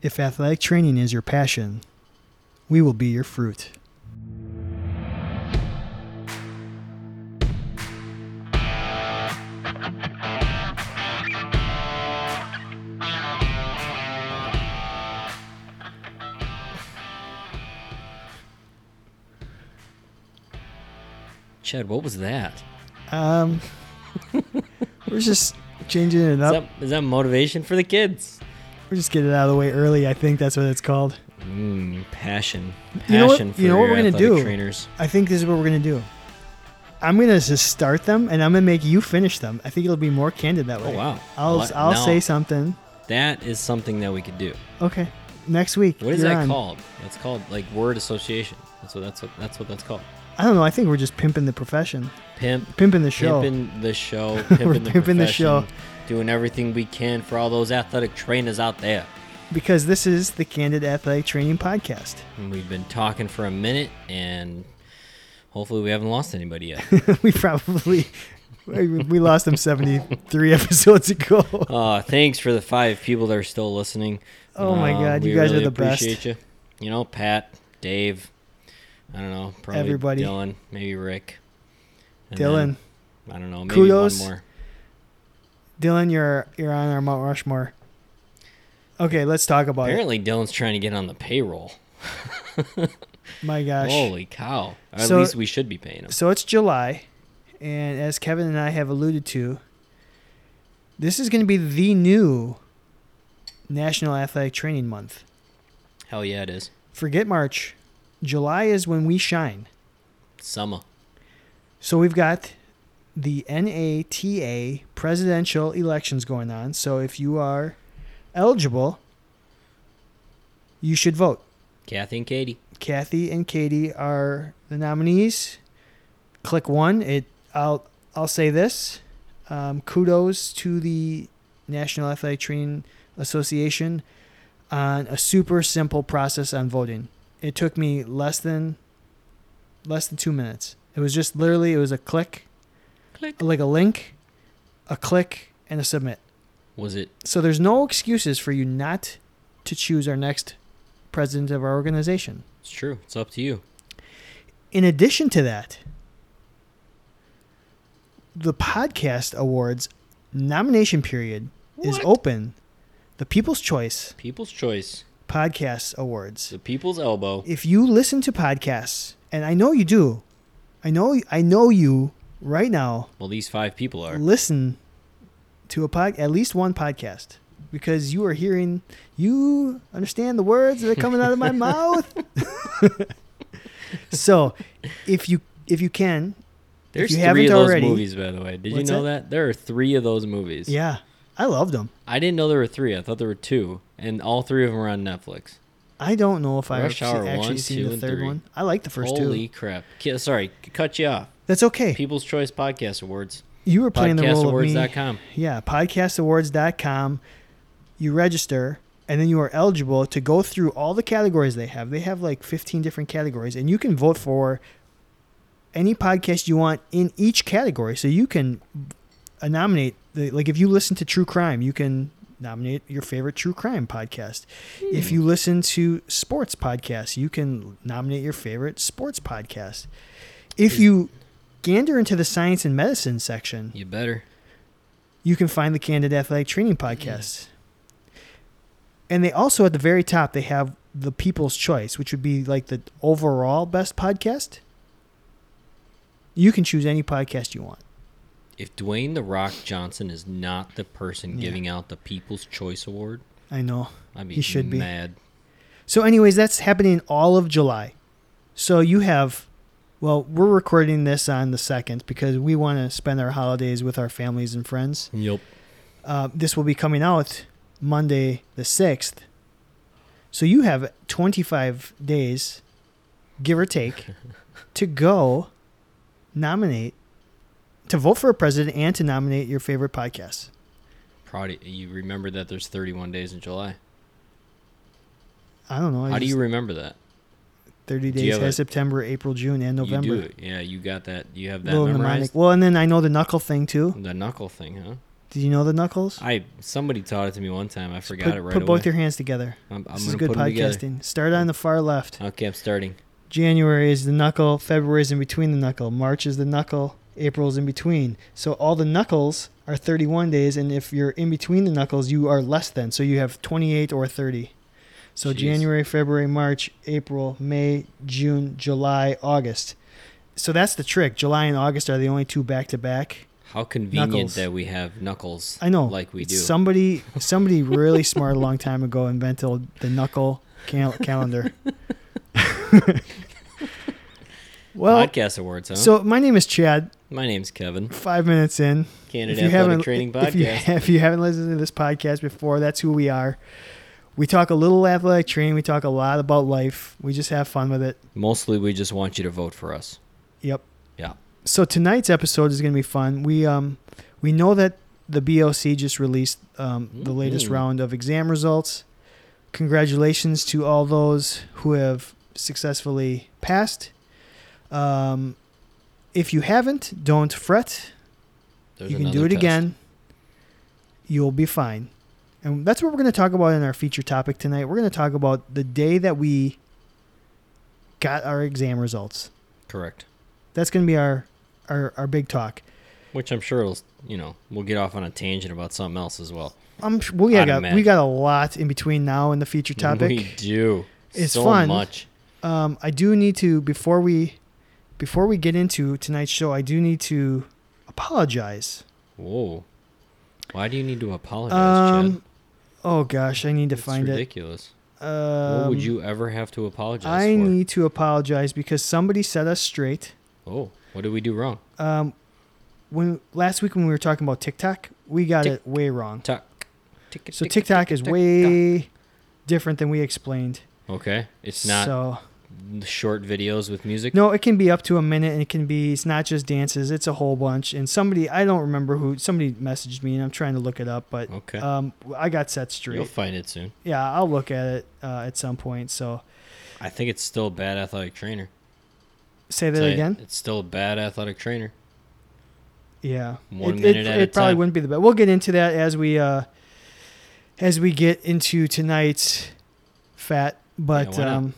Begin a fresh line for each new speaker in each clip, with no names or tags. If athletic training is your passion, we will be your fruit.
Chad, what was that?
Um, we're just changing it
Is
up.
that is that motivation for the kids?
We're just getting it out of the way early. I think that's what it's called.
Mm, passion, passion
You know what-
for
you know what
your
we're gonna
athletic
do?
trainers.
I think this is what we're gonna do. I'm gonna just start them, and I'm gonna make you finish them. I think it'll be more candid that
Oh
way.
wow!
I'll
What?
I'll
No,
say something.
that is something that we could do.
Okay, next week.
What is
you're
that
on.
called? That's called like word association. That's what that's what that's what that's called.
I don't know. I think we're just pimping the profession,
Pimp,
pimping the show.
pimping the show,
We're
pimping, the,
pimping the show.
profession, doing everything we can for all those athletic trainers out there.
because this is the Candid Athletic Training Podcast.
And we've been talking for a minute, and hopefully we haven't lost anybody yet.
we probably we we lost them 73 episodes ago.
Uh, thanks for the five people that are still listening.
Oh
Um,
my God, you guys are the best.
best. You. you know, Pat, Dave, I don't know, probably
Everybody.
Dylan, maybe Rick, and
Dylan,
then, I don't know, maybe
Kudos.
one more.
Dylan, you're you're on our Mount Rushmore. Okay, let's talk about it.
Apparently, Dylan's trying to get on the payroll.
My gosh.
Holy cow! Or at
So-
least we should be paying him.
So it's July, and as Kevin and I have alluded to, this is going to be the new National Athletic Training Month.
Hell yeah, it is
Forget March. July is when we shine.
summer.
So we've got the NATA presidential elections going on. So if you are eligible, you should vote.
Kathy and Katie.
Kathy and Katie are the nominees. Click one. It. I'll. I'll say this. Um, kudos to the National Athletic Training Association on a super simple process on voting. It took me less than less than two minutes. It was just literally it was a click,
Click.
like a link, a click, and a submit.
Was it?
So there's no excuses for you not to choose our next president of our organization.
It's true. It's up to you.
in addition to that, the podcast awards nomination period is
What?
open. The People's Choice
People's choice.
Podcast Awards.
The people's elbow.
If you listen to podcasts, and I know you do, I know I know you right now
Well, these five people are.
listen to a pod at least one podcast because you are hearing you understand the words that are coming out of my mouth. so, if you if you can,
There's
you
3
haven't
of those
already-
movies, by the way. Did
What's
you know
that?
that? There are three of those movies.
yeah, I loved them.
I didn't know there were three. I thought there were two, and all three of them are on Netflix.
I don't know if I've
Rush
se-
Hour
actually
one,
seen
two,
the
and
third
three.
one. I like the first
Holy
two.
crap! Ki- Sorry, c- cut you off.
That's okay.
People's Choice Podcast Awards.
You were playing the role of me.
PodcastAwards.com.
Yeah, podcastawards.com. You register, and then you are eligible to go through all the categories they have. They have like 15 different categories, and you can vote for any podcast you want in each category. So you can uh, nominate, the, like if you listen to True Crime, you can nominate your favorite True Crime podcast. If you listen to sports podcasts, you can nominate your favorite sports podcast. If you gander into the science and medicine section,
You better.
you can find the Candid Athletic Training Podcast. And they also at the very top they have the People's Choice, which would be like the overall best podcast. You can choose any podcast you want.
If Dwayne the Rock Johnson is not the person
Yeah.
giving out the People's Choice Award,
I know.
I'd be
He should be.
mad.
So, anyways, that's happening all of July. So you have, well, we're recording this on the second because we want to spend our holidays with our families and friends.
Yep.
Uh, this will be coming out Monday the 6th. So you have 25 days, give or take, to go nominate, to vote for a president and to nominate your favorite podcasts.
Proud. You remember that there's 31 days in July.
I don't know. I
How do
just-
you remember that?
30
do you
days
have
has
a-
September, April, June, and November.
You do it. Yeah, you got that. You have that
Little
memorized.
mnemonic. Well, and then I know the knuckle thing too.
The knuckle thing, huh?
Did you know the knuckles?
I somebody taught it to me one time. I forgot
put
it right
put
away.
both your hands together.
I'm, I'm
this is
gonna
good
put 'em together.
podcasting. Start on the far left.
Okay, I'm starting.
January is the knuckle, February is in between the knuckle, March is the knuckle, April is in between. So all the knuckles are 31 days, and if you're in between the knuckles, you are less than. So you have 28 or 30. So
Jeez.
January, February, March, April, May, June, July, August. So that's the trick. July and August are the only two back to back.
How convenient
Knuckles.
that we have knuckles.
I know.
like we do.
Somebody, somebody really smart a long time ago invented the knuckle cal- calendar. well,
Podcast awards, huh?
so my name is Chad.
My name's Kevin.
Five minutes in,
Canada
if you
Athletic
haven't,
Training Podcast.
if you, if you haven't listened to this podcast before, that's who we are. We talk a little athletic training. We talk a lot about life. We just have fun with it.
Mostly, we just want you to vote for us.
Yep.
Yeah.
So tonight's episode is going to be fun. We um we know that the BOC just released um, the latest
Mhm.
round of exam results. Congratulations to all those who have successfully passed. Um, if you haven't, don't fret.
There's
you can do
another
it
test.
again. You'll be fine. And that's what we're going to talk about in our feature topic tonight. We're going to talk about the day that we got our exam results.
Correct.
That's going to be our, our our big talk.
Which I'm sure it'll, you know, we'll get off on a tangent about something else as well.
I'm sh- we
I'd
got we
imagine.
got a lot in between now and the feature
We
topic.
do.
It's
so
fun.
much.
Um, I do need to before we before we get into tonight's show. I do need to apologize.
Whoa. Why do you need to apologize, Chad?
Um, oh gosh, I need to
It's
find
ridiculous.
it. Um,
what would you ever have to apologize
I
for?
need to apologize because somebody set us straight.
oh, what did we do wrong?
Um, when last week when we were talking about TikTok, we got
Tick-
it way wrong.
Tuck.
So TikTok is way different than we explained.
Okay. It's not
so
short videos with music.
No, it can be up to a minute, and it can be. It's not just dances; it's a whole bunch. And somebody, I don't remember who, somebody messaged me, and I'm trying to look it up, but
Okay.
um, I got set
You'll
straight.
find it soon.
Yeah, I'll look at it uh, at some point. So
I think it's still bad athletic trainer.
say that
Tell ya,
again.
It's still bad athletic trainer.
Yeah,
One
it,
minute
it,
at a
it probably
time.
wouldn't be the best. We'll get into that as we uh, as we get into tonight's fat. But
why not?
um,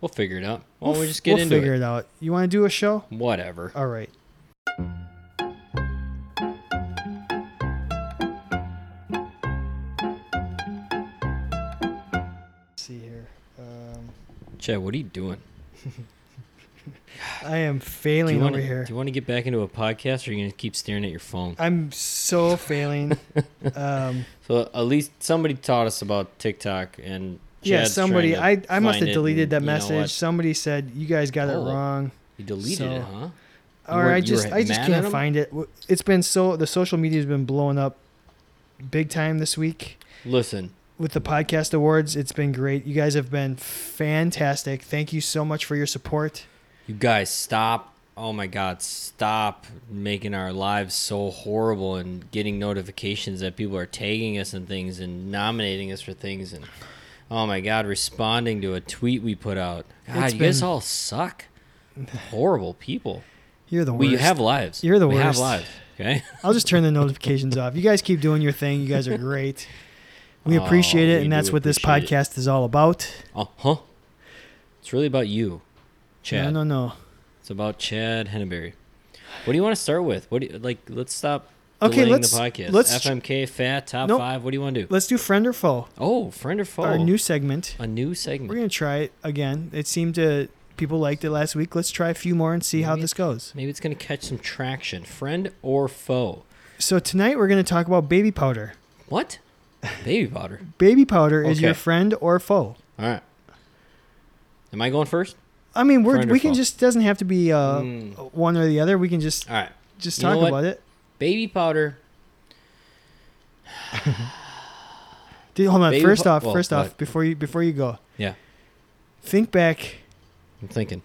We'll figure it out. Well, we'll
f-
just get
we'll
into
figure
it.
it out. You want to do a show?
Whatever.
All right. see here. Um,
Chad, what are you doing?
I am
Do
failing
you, want
over
to,
here.
do you want to get back into a podcast or are you going to keep staring at your phone?
I'm so failing. um,
So at least somebody taught us about TikTok and
yeah,
Chad's
somebody.
trying
I
to
I must
find
have
it
deleted
and
that
you know
message.
what?
Somebody said you guys got it
Oh.
wrong,
You deleted
So-
it, huh?
or
were-
I
you
just
were
I just
mad at
can't
them?
find it. W- It's been so the social media has been blowing up big time this week.
Listen,
with the podcast awards. It's been great. You guys have been fantastic. Thank you so much for your support.
you guys stop. Oh my God, stop making our lives so horrible and getting notifications that people are tagging us and things and nominating us for things and oh my God, responding to a tweet we put out. God,
It's
you guys
been-
all suck. Horrible people.
You're the worst.
We have lives.
You're the
we have
worst.
lives. Okay.
I'll just turn the notifications off. You guys keep doing your thing. You guys are great. We
Oh,
appreciate it,
we
and
do
that's what this
appreciate it.
podcast is all about.
Uh huh. It's really about you, Chad.
No, no, no.
It's about Chad Henneberry. What do you want to start with? What do you, like? Let's stop.
Okay,
delaying
let's-
the podcast.
let's-
FMK fat top
Nope.
five. What do you want to do?
Let's do friend or foe.
Oh, friend or foe?
Our new segment.
a new
We're
segment.
gonna try it again. It seemed to people liked it last week. Let's try a few more and see how
Maybe
this goes.
Maybe it's gonna catch some traction. Friend or foe?
So tonight we're gonna talk about baby powder.
What? Baby powder.
Baby powder is
Okay.
your friend or foe.
All right. Am I going first?
I mean, we're,
Friend or
we can
foe?
just doesn't have to be uh,
Mm.
one or the other. We can just
All right.
just
You know
talk
what?
about it.
Baby powder.
Dude, hold on.
Baby
first
po-
off,
well,
first off,
what?
before you before you go,
Yeah,
think back
I'm thinking.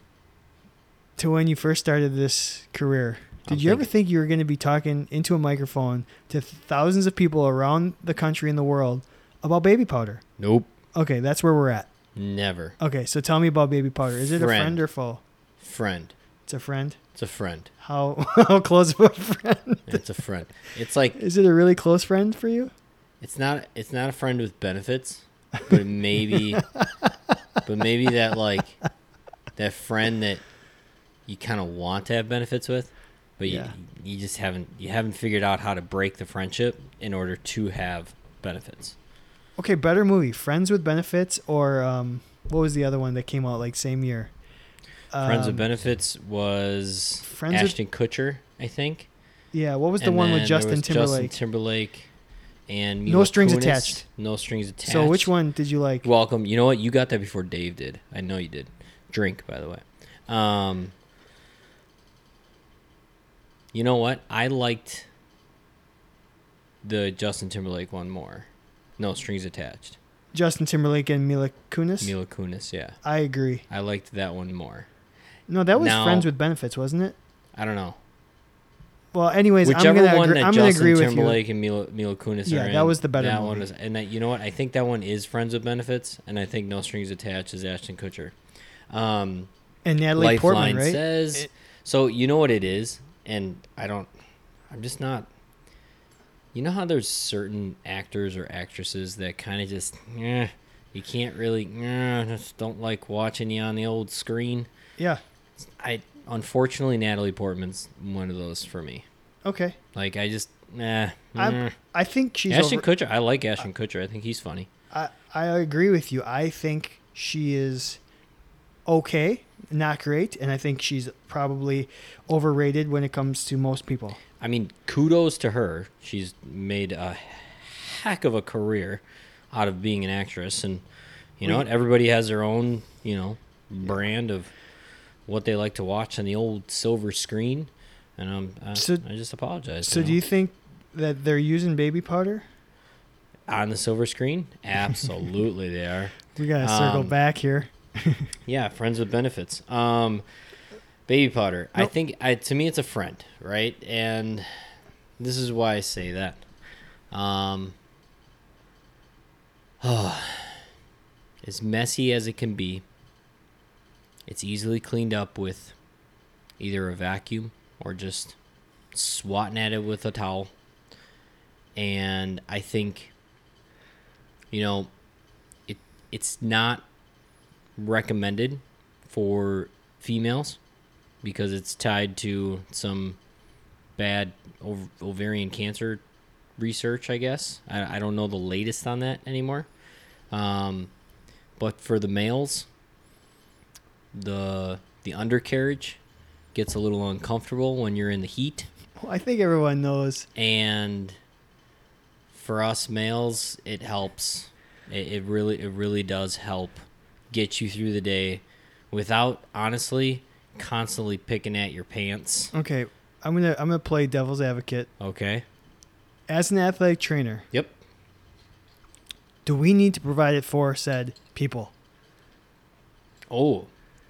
to when you first started this career. Did
I'm
you ever think you were going to be talking into a microphone to thousands of people around the country and the world about baby powder?
Nope.
Okay, that's where we're at.
Never.
Okay, so tell me about baby powder. Is it a
Friend.
friend or foe?
Friend.
It's a friend.
It's a friend.
How how close of a friend?
It's a friend. It's like
Is it a really close friend for you?
it's not it's not a friend with benefits, but maybe but maybe that like that friend that you kind of want to have benefits with, but
Yeah.
you you just haven't you haven't figured out how to break the friendship in order to have benefits.
Okay, better movie, Friends with Benefits, or um, what was the other one that came out like same year?
Friends with
Um,
Benefits was
Friends with-
Ashton Kutcher, I think.
Yeah, what was the
And
one with
then there
Justin
was
Timberlake?
Justin Timberlake and
No
Mila
Strings
Kunis.
Attached.
No strings attached.
so which one did you like?
Welcome. You know what? You got that before Dave did. I know you did. Drink, by the way. Um, you know what? I liked the Justin Timberlake one more. No strings attached.
Justin Timberlake and Mila Kunis.
Mila Kunis. Yeah,
I agree.
I liked that one more.
No, that was
Now-
Friends with Benefits, wasn't it?
I don't know.
Well, anyways, I'm
Whichever
gonna
one
agree,
that
I'm gonna
Justin
agree with you.
Timberlake and Mila, Mila Kunis
Yeah,
are in.
that was the better
That
movie.
one is, and that you know what? I think that one is Friends with Benefits, and I think No Strings Attached is Ashton Kutcher. Um,
And Natalie Portman,
Lifeline
right?
says.
It-
so you know what it is, and I don't. I'm just not. You know how there's certain actors or actresses that kind of just, eh, you can't really, eh, I just don't like watching you on the old screen.
yeah.
I unfortunately Natalie Portman's one of those for me.
Okay.
Like I just, nah.
I'm-
eh.
I think she's.
Ashton
over-
Kutcher. I like Ashton Kutcher. I think he's funny.
I I agree with you. I think she is okay, not great, and I think she's probably overrated when it comes to most people.
I mean, kudos to her. She's made a heck of a career out of being an actress, and you know
We-
what? Everybody has their own, you know, brand of what they like to watch on the old silver screen. And um, I,
So-
I just apologize.
So
know.
do you think that they're using baby powder?
on the silver screen? Absolutely, they are.
We gotta circle
Um,
back here.
Yeah, friends with benefits. Um, baby powder. I
Nope.
think I, to me it's a friend, right? And this is why I say that. Um, as messy as it can be, it's easily cleaned up with either a vacuum or just swatting at it with a towel. And I think, you know, it it's not recommended for females because it's tied to some bad ov- ovarian cancer research, I guess. I, I don't know the latest on that anymore. Um, but for the males, the the undercarriage gets a little uncomfortable when you're in the heat
Well, I think everyone knows.
and for us males it helps it, it really it really does help get you through the day without honestly constantly picking at your pants
Okay, I'm gonna I'm gonna play devil's advocate
okay
as an athletic trainer.
yep
Do we need to provide it for said people?
oh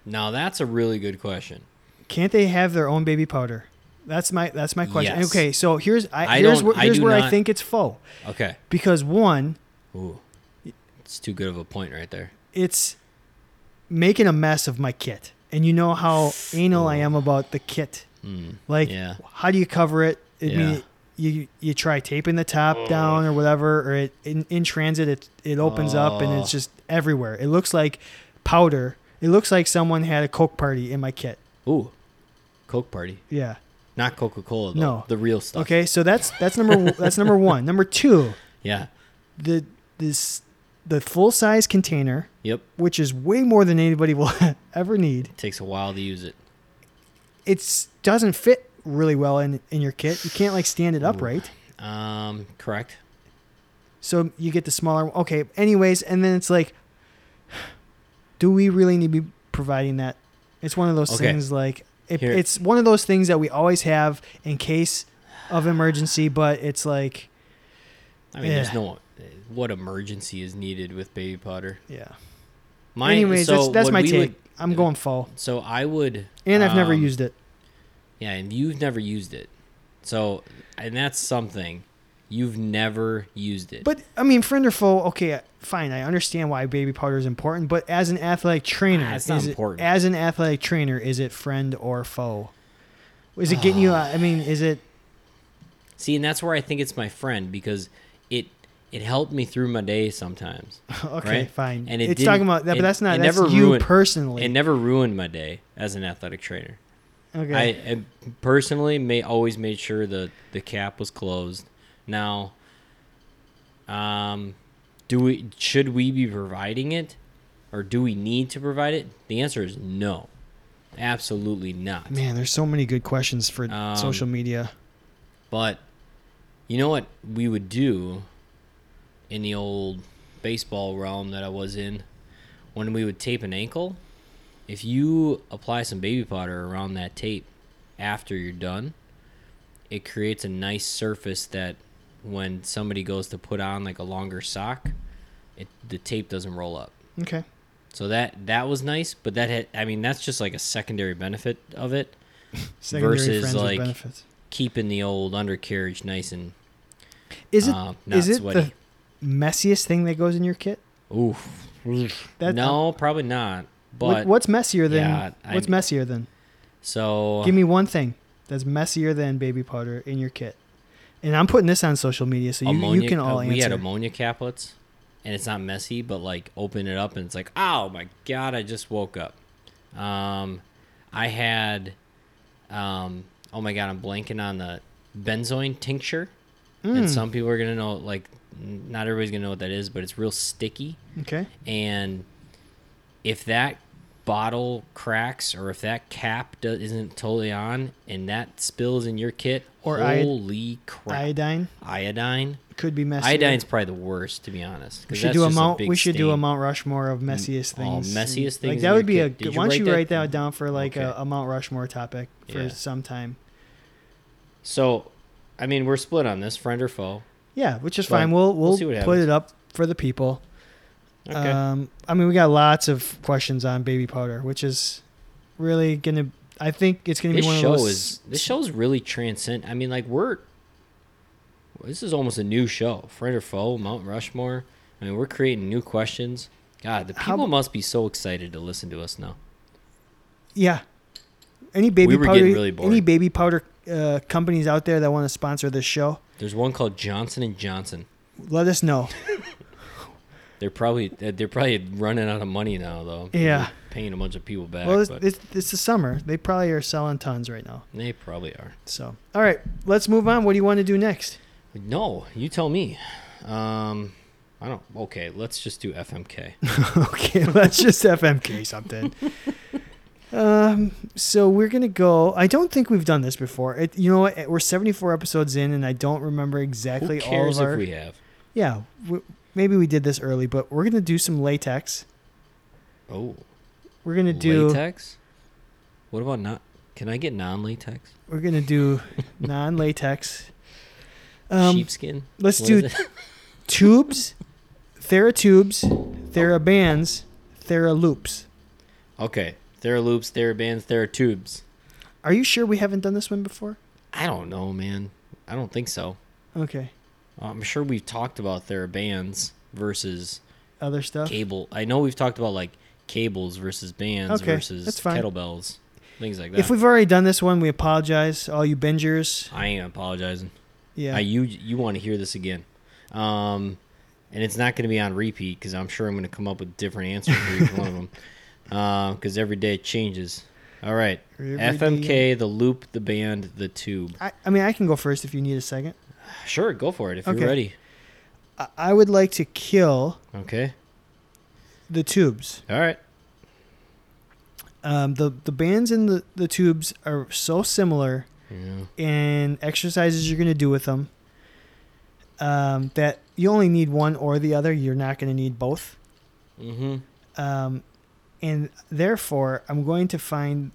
now that's a really good question
Can't they have their own baby powder? That's my that's my question.
Yes.
Okay, so here's I,
I
here's
don't-
where,
I
here's
do
where I
not-
think it's faux
okay
because one,
ooh it's too good of a point right there
it's making a mess of my kit, and you know how anal I am about the kit.
mm.
Like,
Yeah.
how do you cover it? I
Yeah.
mean, you you try taping the top down or whatever, or it in, in transit it it opens up and it's
Oh.
just everywhere. It looks like powder. It looks like someone had a coke party in my kit.
ooh coke party
Yeah.
not coca-cola though.
No.
the real stuff
Okay, so that's that's number that's number one. Number two,
yeah
the this the full size container,
yep
which is way more than anybody will ever need.
takes a while to use it
It doesn't fit really well in in your kit. You can't like stand it upright.
um correct
So you get the smaller. Okay. Anyways, and then it's like, do we really need to be providing that? It's one of those
Okay.
things like it,
Here.
it's one of those things that we always have in case of emergency. But it's like,
I mean, there's
Yeah.
no what emergency is needed with baby powder.
yeah.
My,
Anyways, that's, that's
what
my
we
take.
would-
I'm going full,
so I would,
and I've never
um,
used it.
Yeah, and you've never used it, so and that's something You've never used it.
But I mean, friend or foe, okay, uh, fine. I understand why baby powder is important, but as an athletic trainer,
Ah, it's not
is it-
important.
as an athletic trainer, is it friend or foe? Is it getting you?
Ah.
I mean, is it?
See, and that's where I think it's my friend because it it helped me through my day sometimes.
Okay,
Right?
fine.
And it
it's talking
didn't-
about that,
it-
but that's not
it
that's
never
you
ruined-
personally.
It never ruined my day as an athletic trainer.
okay,
I, I personally may always made sure the the cap was closed. Now, um, do we should we be providing it, or do we need to provide it? The answer is no, absolutely not.
man, there's so many good questions for
Um,
social media.
But you know what we would do in the old baseball realm that I was in when we would tape an ankle? If you apply some baby powder around that tape after you're done, it creates a nice surface that when somebody goes to put on like a longer sock, it the tape doesn't roll up.
Okay,
So that that was nice, but that had I mean that's just like a secondary benefit of it
secondary
Versus,
friends
like,
with benefits.
keeping the old undercarriage nice and
Is it
uh, not
is it
sweaty.
the messiest thing that goes in your kit?
Oof.
That-
no, probably not.
What-
But
what's messier than
yeah, I-
what's messier than?
so
Give me one thing that's messier than baby powder in your kit. And I'm putting this on social media so you,
ammonia,
you can all
uh,
answer.
we had ammonia caplets, and it's not messy, but like open it up and it's like, oh my god, I just woke up. Um, I had, um, oh my god, I'm blanking on the benzoin tincture,
Hmm.
and some people are gonna know like, n- not everybody's gonna know what that is, but it's real sticky.
okay.
and if that bottle cracks or if that cap do- isn't totally on and that spills in your kit,
Or iod-
holy crap,
Iodine
iodine,
could be messy.
iodine's probably the worst to be honest. 'cause
We should
that's
do a
just
mount.
big
we should do a
stain.
Mount Rushmore of messiest
oh,
things.
messiest things
Like
in
that would
your
be a.
kit. Did
good
you
why don't
write
you
that-
write that down for like a,
Okay.
a Mount Rushmore topic for
Yeah.
some time?
So, I mean, we're split on this, friend or foe.
Yeah, which is
But
fine. We'll
we'll
we'll,
see what
put
happens.
it up for the people.
Okay.
Um, I mean, we got lots of questions on baby powder, which is really gonna. I think it's gonna
this
be one
show
of those.
is this show is really transcend. I mean, like we're this is almost a new show, friend or foe, Mount Rushmore. I mean, we're creating new questions. God, the
How
people must be so excited to listen to us now.
Yeah. Any baby
were
powder,
getting really bored.
any baby powder uh, companies out there that want to sponsor this show,
There's one called Johnson and Johnson.
let us know.
They're probably they're probably running out of money now though.
Yeah.
They're paying a bunch of people back,
well, it's,
but
it's, it's the summer. They probably are selling tons right now.
they probably are.
So, all right, let's move on. What do you want to do next?
No, you tell me. Um, I don't. Okay, let's just do FMK.
okay, let's just FMK something. um, so we're gonna go. I don't think we've done this before. It, you know, what, eh, we're 74 episodes in, and I don't remember exactly
Who cares
all of our.
if we have?
yeah, w maybe we did this early, but we're gonna do some latex.
Oh.
We're gonna do.
latex. What about not? Can I get non-latex
We're gonna do non-latex. Um,
sheepskin?
let's
What
do
is it?
tubes, TheraTubes, TheraBands, TheraLoops.
okay. Thera loops, thera bands, thera tubes.
Are you sure we haven't done this one before?
I don't know, man. I don't think so.
Okay,
I'm sure we've talked about thera bands versus
other stuff.
cable. I know we've talked about like cables versus bands
Okay,
versus
that's fine.
kettlebells, things like that.
If we've already done this one, we apologize, all you bingers.
I ain't apologizing.
Yeah,
I, you you want to hear this again, um, and it's not going to be on repeat because I'm sure I'm going to come up with different answers for each one of them because every day it changes. All right,
Every
FMK, the loop, the band, the tube.
I, I mean, I can go first if you need a second.
Sure, go for it if
Okay.
you're ready.
I, I would like to kill
Okay,
the tubes.
all right.
Um, the the bands and the, the tubes are so similar
Yeah.
and exercises you're going to do with them um, that you only need one or the other. You're not going to need both.
Mm-hmm.
Um, and therefore, I'm going to find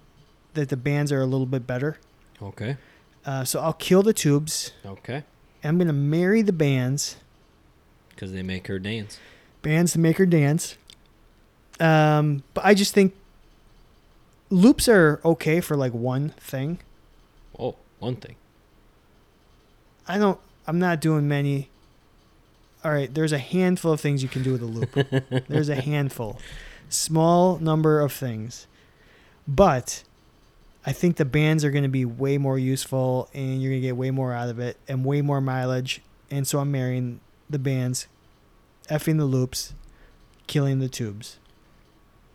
that the bands are a little bit better.
Okay.
Uh, so I'll kill the tubes.
Okay.
And I'm going to marry the bands.
Because they make her dance.
Bands to make her dance. Um, but I just think loops are okay for like one thing.
Oh, one thing.
I don't. I'm not doing many. All right, there's a handful of things you can do with a loop. there's a handful, small number of things, but I think the bands are going to be way more useful, and you're going to get way more out of it, and way more mileage. And so I'm marrying the bands, effing the loops, killing the tubes.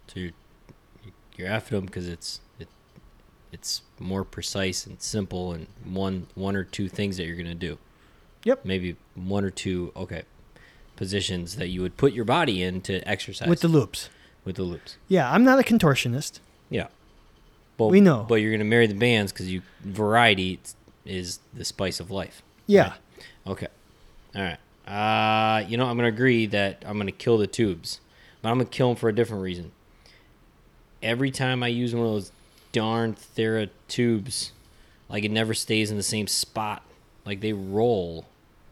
So you're you're after them because it's it, it's more precise and simple and one one or two things that you're gonna do.
Yep.
Maybe one or two okay positions that you would put your body in to exercise
with the loops.
with the loops.
Yeah, I'm not a contortionist.
Yeah. But,
We know.
But you're gonna marry the bands because you variety is the spice of life.
Yeah,
Okay. All right. Uh, you know, I'm gonna agree that I'm gonna kill the tubes, but I'm gonna kill them for a different reason. Every time I use one of those darn Thera tubes, like it never stays in the same spot. Like they roll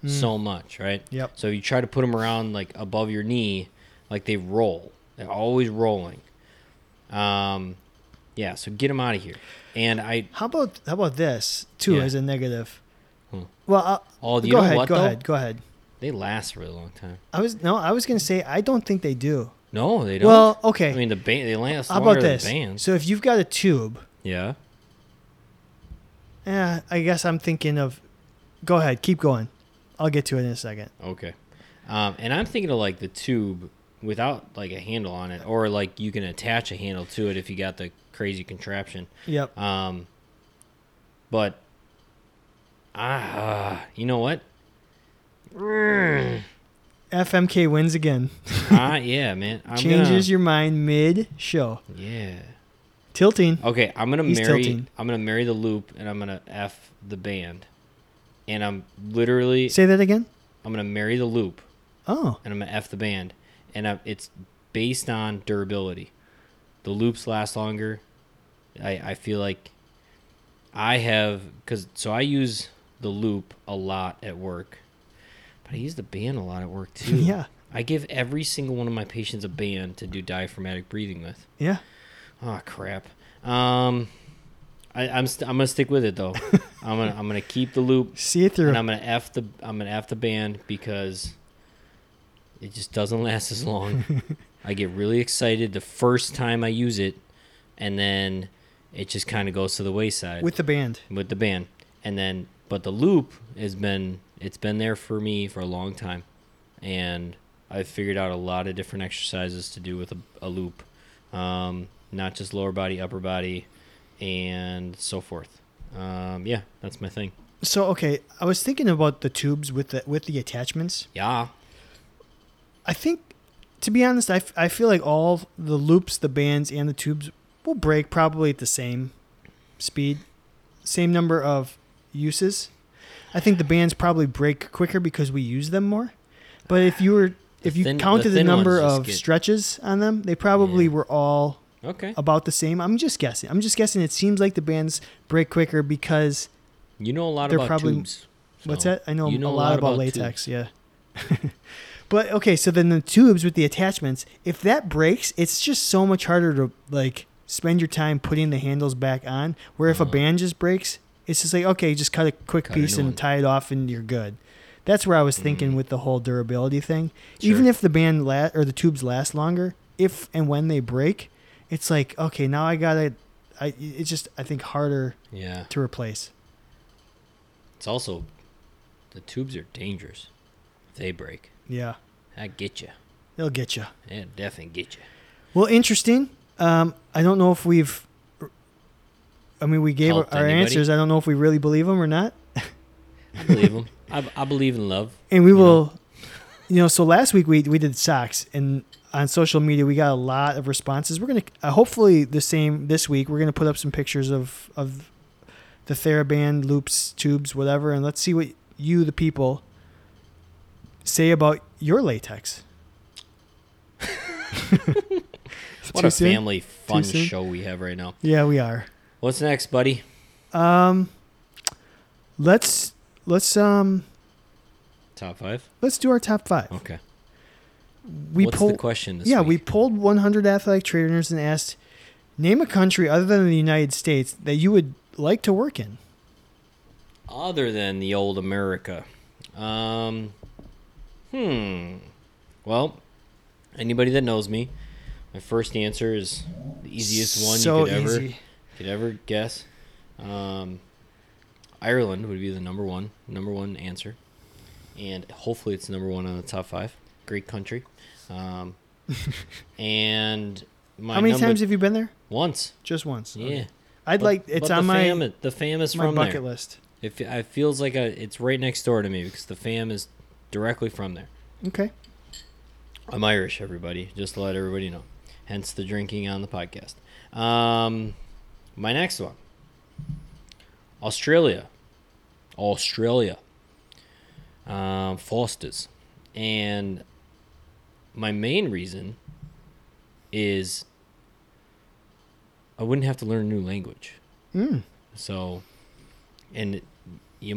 so much, right?
Hmm. Yep.
So you try to put them around like above your knee, like they roll. They're always rolling. Um, yeah. So get them out of here. And I
How about how about this too
Yeah.
as a negative?
Hmm.
Well, I'll,
all you
go
know
ahead,
what
go
though?
ahead, go ahead.
They last a really long time.
I was no, I was gonna say I don't think they do.
No, they don't.
Well, okay.
I mean, the band they last
How
longer
about
than
this?
bands.
So if you've got a tube,
yeah.
eh, I guess I'm thinking of. Go ahead, keep going. I'll get to it in a second.
Okay. Um, and I'm thinking of like the tube without like a handle on it, or like you can attach a handle to it if you got the crazy contraption.
Yep.
Um, but ah, you know what?
FMK wins again.
Ah, yeah, man. I'm
Changes
gonna,
your mind mid show.
Yeah.
Tilting.
Okay, I'm gonna
He's
marry.
tilting.
I'm gonna marry the loop, and I'm gonna f the band. And I'm literally.
Say that again.
I'm gonna marry the loop.
Oh,
and I'm gonna f the band, and i it's based on durability. The loops last longer. I I feel like I have because so I use the loop a lot at work, but I use the band a lot at work too.
Yeah.
I give every single one of my patients a band to do diaphragmatic breathing with.
yeah.
Oh crap. Um, I, I'm st- I'm gonna stick with it though. I'm gonna I'm gonna keep the loop
See it through.
and I'm gonna f the I'm gonna f the band because it just doesn't last as long. I get really excited the first time I use it, and then it just kind of goes to the wayside with,
With the band.
the band. And then, but the loop has been it's been there for me for a long time, and I've figured out a lot of different exercises to do with a, a loop, um, not just lower body, upper body, and so forth. Um, yeah, that's my thing.
So okay, I was thinking about the tubes with the with the attachments.
Yeah.
I think, to be honest, I, f- I feel like all the loops, the bands, and the tubes will break probably at the same speed, same number of uses. I think the bands probably break quicker because we use them more. But if you were if you
thin- the
counted the,
thin ones
number
just
of
get-
stretches on them, they probably
Yeah.
were all
Okay.
about the same. I'm just guessing. I'm just guessing. It seems like the bands break quicker because
You know a lot
They're
about
probably-
tubes.
What's
so
that? I know,
you
a lot, about, latex. Yeah. but okay, so then the tubes with the attachments, if that breaks, it's just so much harder to like spend your time putting the handles back on. Where if a
Uh-huh.
band just breaks, it's just like okay, just cut a quick
Cut a
piece
new
and
one.
tie it off, and you're good. That's where I was thinking
Mm.
with the whole durability thing.
Sure.
Even if the band la- or the tubes last longer, if and when they break, it's like okay, now I gotta. I, it's just I think harder
too. Yeah.
to replace.
It's also the tubes are dangerous. If they break,
Yeah,
I get you.
they'll get you.
Yeah, definitely get you.
Well, interesting. Um, I don't know if we've. I mean, we gave
Helped
our
anybody?
answers. I don't know if we really believe them or not.
I believe them. I, I believe in love.
And we
You know?
will, you know. So last week we we did socks, and on social media we got a lot of responses. We're gonna uh, hopefully the same this week. We're gonna put up some pictures of of the Theraband loops, tubes, whatever, and let's see what you, the people, say about your latex.
What
Too
a
soon?
family fun
soon?
show we have right now.
Yeah, we are.
What's next, buddy?
Um, let's let's um
Top five.
let's do our top five.
Okay.
We
What's the
pulled
question? This
yeah we
week?
pulled 100 athletic trainers and asked, name a country other than the United States that you would like to work in.
Other than the old America, Um, hmm. Well, anybody that knows me, my first answer is the easiest one
So
you could ever
easy.
could ever guess. Um, Ireland would be the number one number one answer, and hopefully it's number one on the top five. Great country. Um, and my
How many
number-
times have you been there?
once?
Just once. okay.
Yeah,
I'd
But-
like. It's
but
on
the
my
fam, the fam is
my
from
bucket
there.
list.
It, fe- it feels like a, it's right next door to me because the fam is directly from there.
Okay.
I'm Irish, everybody. Just to let everybody know. Hence the drinking on the podcast. Um, my next one Australia. Australia. Um, Foster's. And my main reason is I wouldn't have to learn a new language.
Mm.
So, and you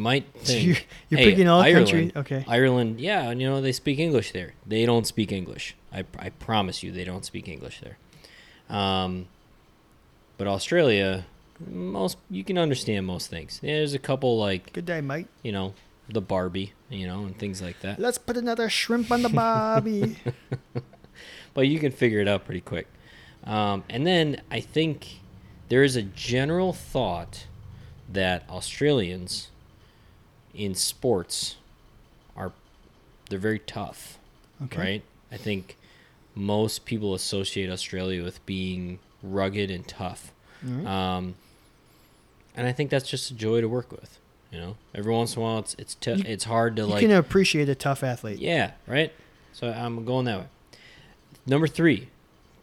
might
So
think
you're, you're
hey,
picking all
Ireland,
country. Okay.
Ireland, yeah, and you know they speak English there. They don't speak English. I, I promise you, they don't speak English there. Um, but Australia, most you can understand most things. Yeah, there's a couple like
Good day, Mike.
you know the Barbie, you know, and things like that.
Let's put another shrimp on the bobby.
But you can figure it out pretty quick. Um, and then I think there is a general thought that Australians in sports are they're very tough.
Okay.
right? I think most people associate Australia with being rugged and tough.
All right.
Um, and I think that's just a joy to work with. You know, every once in a while, it's it's t-
You-
it's hard to
you
like,
can appreciate a tough athlete.
yeah, right. So I'm going that way. Number three,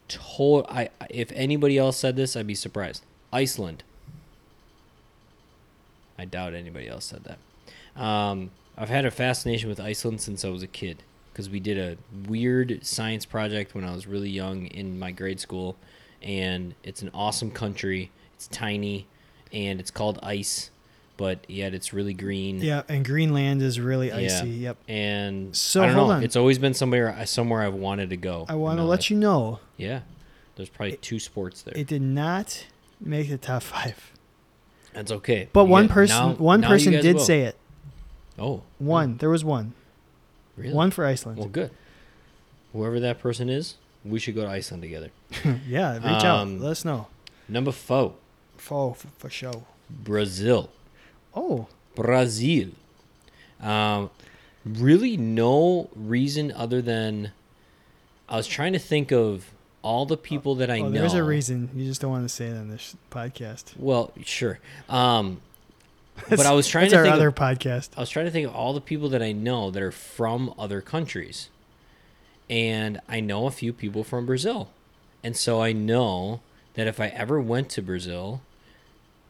told I I- if anybody else said this, I'd be surprised. Iceland. I doubt anybody else said that. Um, I've had a fascination with Iceland since I was a kid because we did a weird science project when I was really young in my grade school, and it's an awesome country. It's tiny, and it's called ice, but yet it's really green.
Yeah, and Greenland is really
Yeah.
icy. Yep.
And
So,
I don't
hold
know.
on.
It's always been somewhere I- somewhere I've wanted to go.
I want to let you know
Yeah, there's probably two sports there.
it did not make the top five.
That's okay.
But
You
one
get-
person,
now-
one
now you
person
guys
did
will.
say it.
Oh,
One. There was one.
really?
One for Iceland.
Well, good. Whoever that person is, we should go to Iceland together.
yeah. Reach out.
Um,
Let us know.
Number four,
For for show.
Brazil.
Oh,
Brazil. Um, really, no reason other than I was trying to think of all the people that I
oh,
know.
there's a reason. You just don't want to say it on this podcast.
Well, sure. Um, but
That's-
I was trying
That's
to
our
think.
other
Of,
podcast.
I was trying to think of all the people that I know that are from other countries, and I know a few people from Brazil, and so I know that if I ever went to Brazil,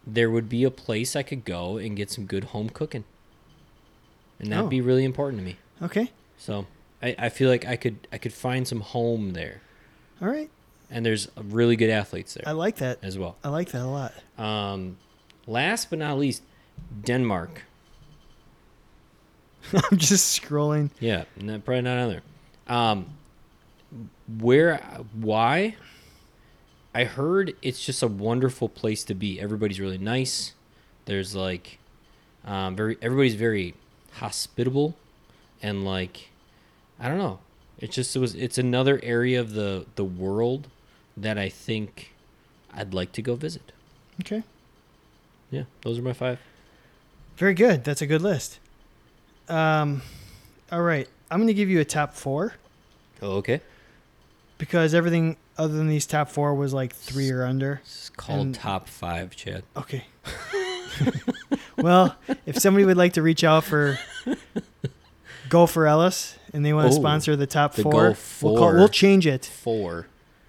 there would be a place I could go and get some good home cooking, and that'd
Oh.
be really important to me.
Okay.
So I, I feel like I could I could find some home there,
All right.
and there's really good athletes there
I like that.
as well.
I like that a lot.
Um, last but not least, Denmark.
I'm just scrolling.
Yeah, no, probably not another. Um, where, why? I heard it's just a wonderful place to be. Everybody's really nice. There's like, um, very everybody's very hospitable, and like, I don't know. It's just it was it's another area of the the world that I think I'd like to go visit.
Okay.
Yeah, those are my five.
Very good. That's a good list. Um, all right. I'm going to give you a top four
Oh, okay.
because everything other than these top four was like three or under.
It's called
And-
top five, Chad.
Okay. well, if somebody would like to reach out for Go for Ellis and they want
Oh,
to sponsor the top
the
four,
Go
we'll, call,
For.
we'll change it.
Four.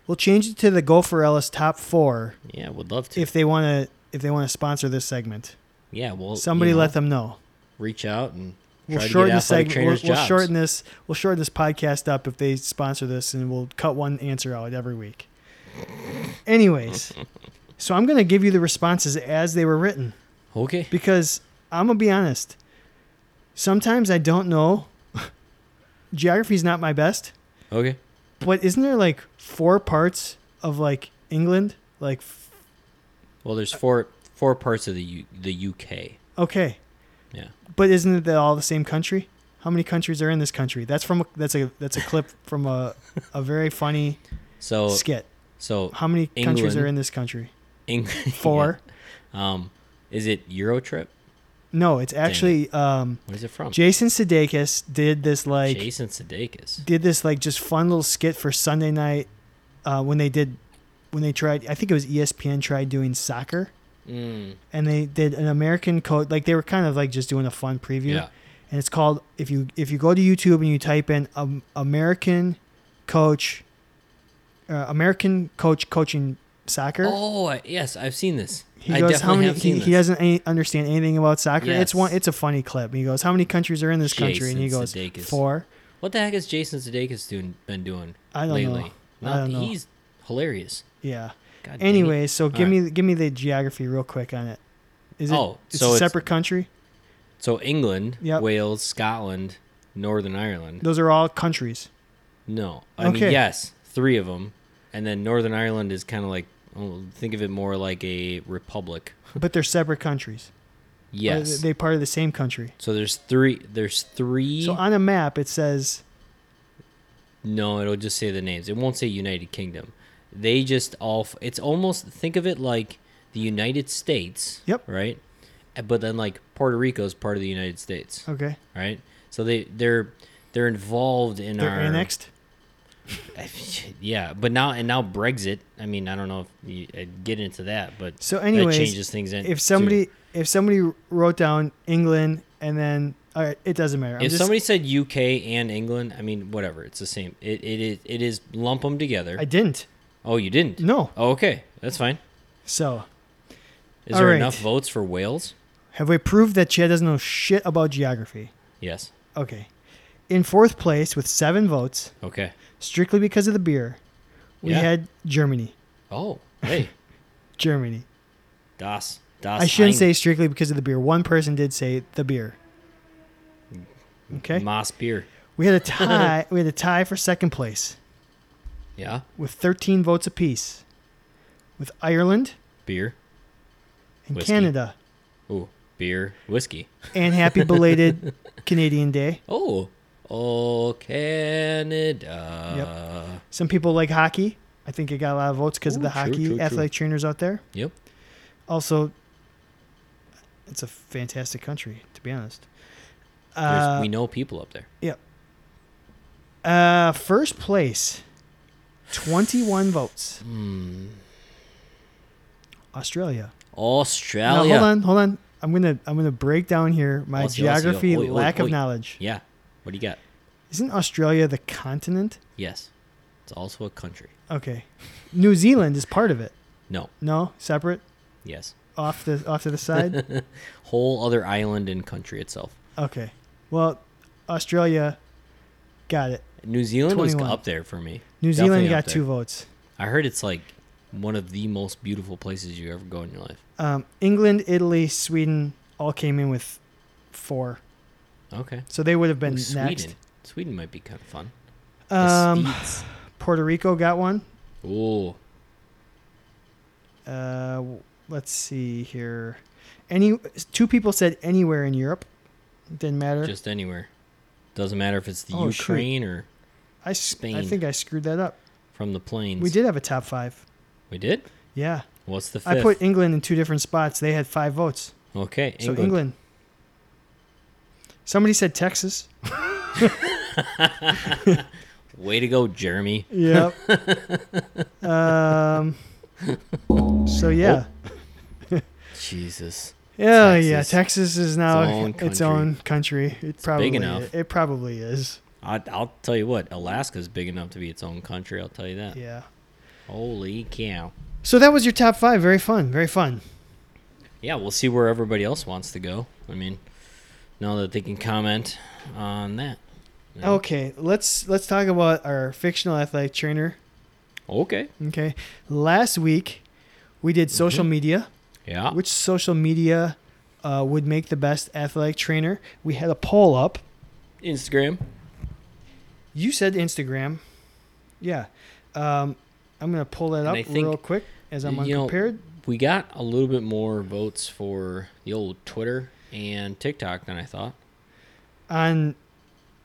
We'll change it to the Go for Ellis top four
Yeah, would love to.
if they want to if they want to sponsor this segment.
yeah, well,
Somebody
you know,
let them know.
reach out and
We'll
try to
shorten
get
the
athletic
segment. We'll,
trainers
we'll
jobs.
shorten this. We'll shorten this podcast up if they sponsor this, and we'll cut one answer out every week. Anyways, so I'm gonna give you the responses as they were written
Okay.
because I'm gonna be honest. Sometimes I don't know. Geography's not my best,
Okay.
but isn't there like four parts of like England? Like, f-
Well, there's four four parts of the U, the UK.
okay,
Yeah.
but isn't it all the same country? how many countries are in this country. That's from a, that's a that's a clip from a a very funny
So
skit.
so
How many countries
England.
are in this country?
England,
Four.
Um, is it Eurotrip?
No, it's actually um,
What is it from?
Jason Sudeikis did this like
Jason Sudeikis.
did this like just fun little skit for Sunday night uh, when they did when they tried I think it was E ESPN tried doing soccer
Mm,
and they did an American coach like they were kind of like just doing a fun preview
yeah.
and it's called if you if you go to YouTube and you type in um, American coach uh, American coach coaching soccer
Oh I- yes, I've seen this.
he
I
goes
definitely
how many
have seen
he,
this.
he doesn't any, understand anything about soccer
Yes.
it's one it's a funny clip he goes how many countries are in this country and he
Jason
goes
Sudeikis.
four
What the heck has Jason Sudeikis doing, been doing
I don't know.
lately?
I don't know.
He's hilarious.
yeah
God dang it.
Anyway, so give
Alright.
me give me the geography real quick on it. Is it
Oh,
it's
so
a
it's-
separate country?
so England,
Yep.
Wales, Scotland, Northern Ireland.
Those are all countries.
No, I mean
Okay.
yes, three of them, and then Northern Ireland is kind of like oh, think of it more like a republic.
But they're separate countries. Or Are
Yes.
they part of the same country.
so there's three. There's three.
So on a map it says
No, it'll just say the names. It won't say United Kingdom. They just all. f- It's almost think of it like the United States.
Yep.
Right. Uh, But then like Puerto Rico is part of the United States.
okay.
Right. So they they're they're involved in
They're
our
annexed.
Yeah, but now and now Brexit. I mean, I don't know if you I'd get into that, but
So
that
anyways,
changes things. In,
if
too.
somebody if somebody wrote down England and then all right, it doesn't matter. I'm
if
just,
somebody said UK and England, I mean, whatever, it's the same. It it is it is lump them together.
I didn't.
oh, you didn't?
No.
Oh, okay, that's fine.
So
Is
All
there
right.
enough votes for Wales?
have we proved that Chad doesn't know shit about geography?
Yes.
Okay. In fourth place with seven votes,
Okay.
strictly because of the beer, we
Yeah.
had Germany.
Oh, hey,
Germany.
Das. Das.
I shouldn't
Ein-
say strictly because of the beer. One person did say the beer. Okay.
Mass beer.
We had a tie. we had a tie for second place
Yeah,
with 13 votes apiece with Ireland
beer.
and
Whiskey.
Canada.
Ooh, beer, whiskey.
And happy belated Canadian Day.
Oh, oh, Canada.
Some people like hockey. I think it got a lot of votes because of
Uh,
the
Ooh, true,
hockey
true, true.
athletic trainers out there.
Yep.
Also, it's a fantastic country, to be honest.
There's
Uh,
we know people up there.
uh, first place, 21 votes.
Hmm.
Australia. Now,
Australia.
hold on, hold on. I'm gonna I'm gonna break down here my
Australia, Australia.
geography
Oi, oi,
lack
oi.
of knowledge.
Yeah. What do you got?
Isn't Australia the continent?
Yes. It's also a country.
Okay, New Zealand is part of it.
No.
No, separate,
Yes.
off the off to the side.
Whole other island and country itself.
okay, well, Australia, got it.
New Zealand
21.
was up there for me.
New
Definitely
Zealand
up
got
there.
two votes.
I heard it's like one of the most beautiful places you ever go in your life.
Um, England, Italy, Sweden all came in with four,
Okay.
so they would have been
Ooh,
next.
Sweden. Sweden might be kind of fun. The
Um,
Swedes.
Puerto Rico got one.
Ooh.
Uh, w- let's see here. Any two people said anywhere in Europe. Didn't matter.
Just anywhere. Doesn't matter if it's the
Oh, shoot.
Ukraine or
I s- I
Spain.
think I screwed that up.
from the plains.
We did have a top five.
We did.
Yeah,
What's the fifth?
I put England in two different spots. They had five votes.
okay. England.
So England. Somebody said Texas.
Way to go, Jeremy.
Yep. um. So yeah.
Jesus.
Yeah, yeah.
Texas.
Texas is now its own
own
country. It
big
probably
enough.
it probably is.
I, I'll tell you what, Alaska's big enough to be its own country. I'll tell you that.
Yeah.
Holy cow.
So that was your top five. Very fun. Very fun.
Yeah, we'll see where everybody else wants to go. I mean, now that they can comment on that. Yeah.
Okay, let's let's talk about our fictional athletic trainer.
Okay.
Okay, last week we
Mm-hmm.
did social media.
Yeah.
Which social media uh, would make the best athletic trainer? We had a poll up.
Instagram.
You said Instagram. Yeah, um, I'm gonna pull that
And
up
I think,
real quick as I'm
you know,
unprepared.
We got a little bit more votes for the old Twitter and TikTok than I thought.
on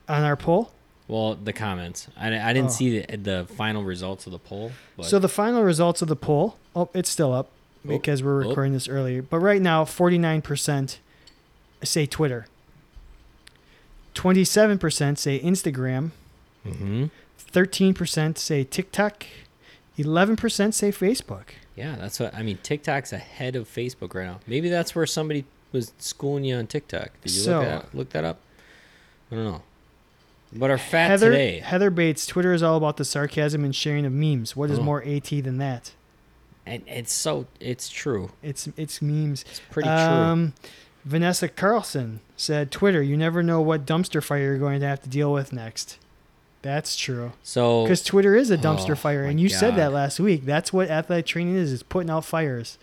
on our poll.
Well, the comments. I, I didn't
Oh.
see the, the final results of the poll. But
So the final results of the poll. Oh, it's still up because we're
Oh.
recording this earlier. But right now, forty nine percent say Twitter. Twenty seven percent say Instagram.
Mhm.
Thirteen percent say TikTok. Eleven percent say Facebook.
yeah, that's what I mean. TikTok's ahead of Facebook right now. Maybe that's where somebody was schooling you on TikTok. Did you
So-
look that look that up? I don't know. But are fat
Heather
today?
Heather Bates. Twitter is all about the sarcasm and sharing of memes. What is
Oh.
more at than that?
And it's so it's true.
It's it's memes.
It's pretty
true. Vanessa Carlson said, "Twitter, you never know what dumpster fire you're going to have to deal with next." That's true.
true. So
Because Twitter is a dumpster
Oh,
fire,
my
and you said that
God.
last week. That's what athletic training is: is putting out fires.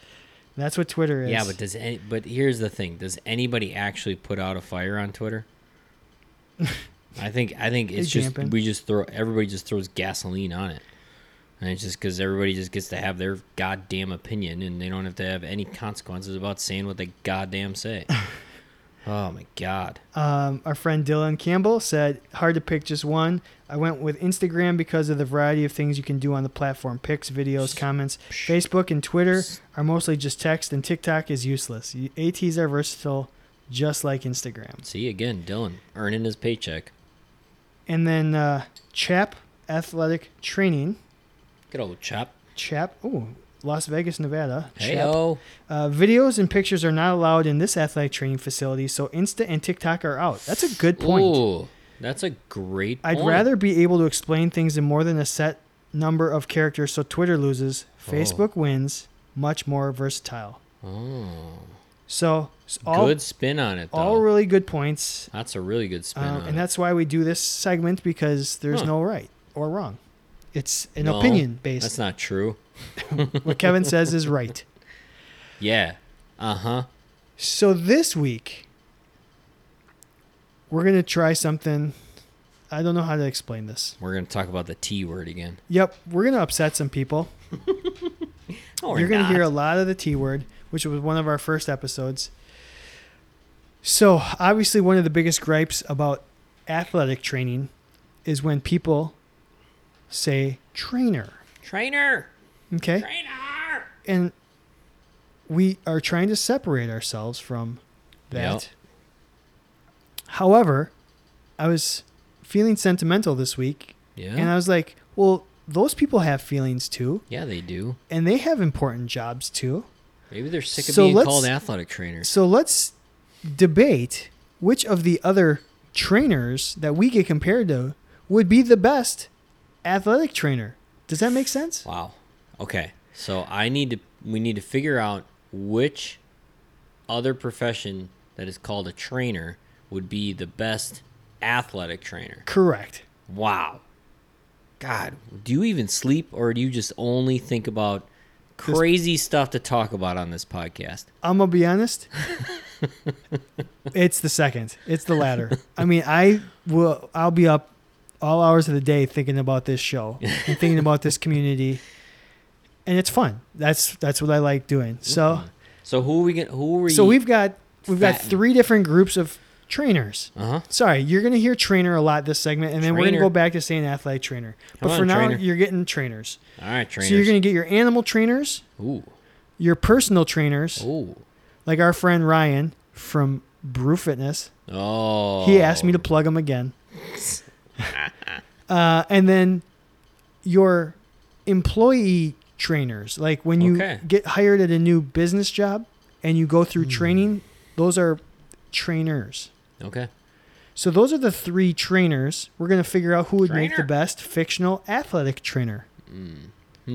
That's what Twitter is.
yeah, but does any, but here's the thing: Does anybody actually put out a fire on Twitter? I think I think it's
Hey,
just
Jampin.
we just throw everybody just throws gasoline on it, and it's just because everybody just gets to have their goddamn opinion and they don't have to have any consequences about saying what they goddamn say. oh my god!
um, our friend Dylan Campbell said, "Hard to pick just one. I went with Instagram because of the variety of things you can do on the platform: pics, videos, comments. Facebook and Twitter are mostly just text, and TikTok is useless. You- ATs are versatile, just like Instagram."
See again, Dylan earning his paycheck.
And then uh, Chap Athletic Training,
Good old chop.
Chap, ooh, Las Vegas, Nevada.
Hey
Chap.
oh,
Uh, videos and pictures are not allowed in this athletic training facility, so Insta and TikTok are out. That's a good point.
ooh, that's a great.
I'd
point.
rather be able to explain things in more than a set number of characters, so Twitter loses, Facebook wins, much more versatile.
Oh,
So s- all
good spin on it. Though.
all really good points,
That's a really good spin
um,
on
and
it.
that's why we do this segment because there's
Huh.
no right or wrong. It's an
No,
opinion based.
That's not true.
what Kevin says is right.
Yeah. Uh huh.
So this week, we're gonna try something. I don't know how to explain this.
We're gonna talk about the T word again.
Yep, we're gonna upset some people.
Oh,
You're gonna hear a lot of the T word, which was one of our first episodes. So obviously, one of the biggest gripes about athletic training is when people say trainer.
trainer.
Okay,
Trainer.
and we are trying to separate ourselves from that.
Yep.
However, I was feeling sentimental this week,
Yeah.
and I was like, well, those people have feelings too,
yeah, they do.
and they have important jobs too.
Maybe they're sick of
So
being
let's-
called athletic trainers.
So let's debate which of the other trainers that we get compared to would be the best athletic trainer. Does that make sense?
Wow. Okay. So I need to. We need to figure out which other profession that is called a trainer would be the best athletic trainer.
Correct.
Wow. God, do you even sleep or do you just only think about crazy stuff to talk about on this podcast?
I'm gonna be honest. it's the second. It's the latter. I mean, I will. I'll be up all hours of the day thinking about this show and thinking about this community, and it's fun. That's that's what I like doing. So
So who are we gonna who are we
so we've got we've got
Fatten.
three different groups of trainers.
Uh-huh.
Sorry, you're gonna hear trainer a lot this segment, and then we're gonna
Trainer.
go back to saying athletic trainer. But
Come on,
for now,
trainer.
you're getting trainers.
All right, trainers.
So you're gonna get your animal trainers,
Ooh.
your personal trainers.
Ooh.
like our friend Ryan from Brew Fitness.
Oh.
He asked me to plug him again. uh, and then your employee trainers, like when you
Okay. Hmm.
get hired at a new business job and you go through training, those are trainers.
Okay.
So those are the three trainers. We're gonna figure out who would make the
Trainer.
best fictional athletic trainer.
Do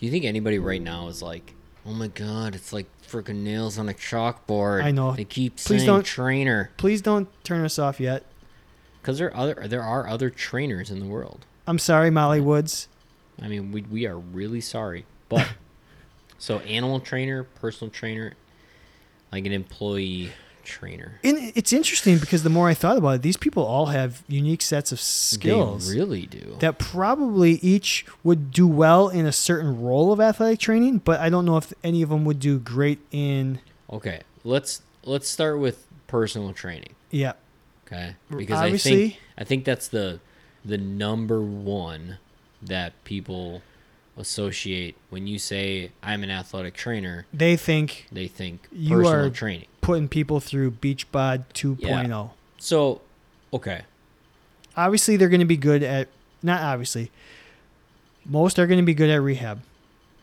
you think anybody right now is like, "Oh my god, it's like freaking nails on a chalkboard."
I know.
They keep
Please
saying
don't-
trainer
Please don't turn us off yet.
cuz there are other there are other trainers in the world.
I'm sorry, Molly Woods.
I mean, we we are really sorry, but so animal trainer, personal trainer, like an employee trainer.
And it's interesting because the more I thought about it, these people all have unique sets of skills
They really do.
that probably each would do well in a certain role of athletic training, but I don't know if any of them would do great in
okay, let's let's start with personal training.
yeah.
Okay, because I think
Obviously.
I think that's the the number one that people associate when you say I'm an athletic trainer.
They think
They think
You
personal
are-
training.
putting people through Beachbod 2.0.
So, okay,
oh. Obviously, they're going to be good at, not obviously, most are going to be good at rehab.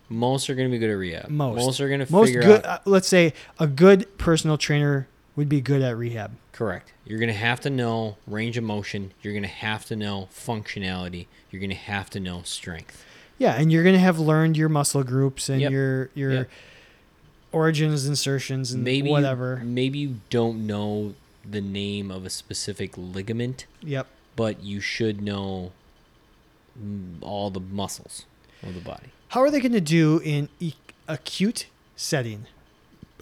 most are going to be good at rehab.
Most.
most are going to
Most
figure
good, uh,
out.
let's say a good personal trainer would be good at rehab.
Correct. You're going to have to know range of motion. You're going to have to know functionality. You're going to have to know strength.
Yeah, and you're going to have learned your muscle groups and
Yep.
your your
Yep.
origins, insertions, and
Maybe you-
whatever.
Maybe you don't know the name of a specific ligament,
yep.
but you should know mm, all the muscles of the body.
How are they going to do in e- acute setting?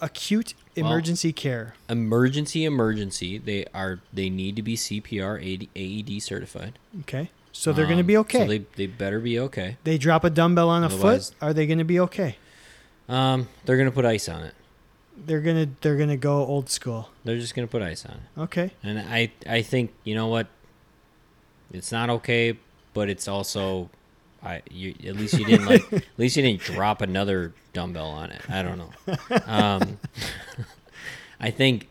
Acute
Well-
emergency care.
Emergency, emergency. They are. They need to be CPR AD, AED E certified.
Okay. So they're going to
Um,
be okay.
So
they,
they they better be okay.
drop a dumbbell on a
Otherwise-
foot. Are they going to be okay?
Um, they're gonna put ice on it.
They're going to they're going to go old school.
They're just gonna put ice on it.
Okay.
And I I think you know what, it's not okay, but it's also, I you at least you didn't like at least you didn't drop another dumbbell on it. I don't know. Um, I think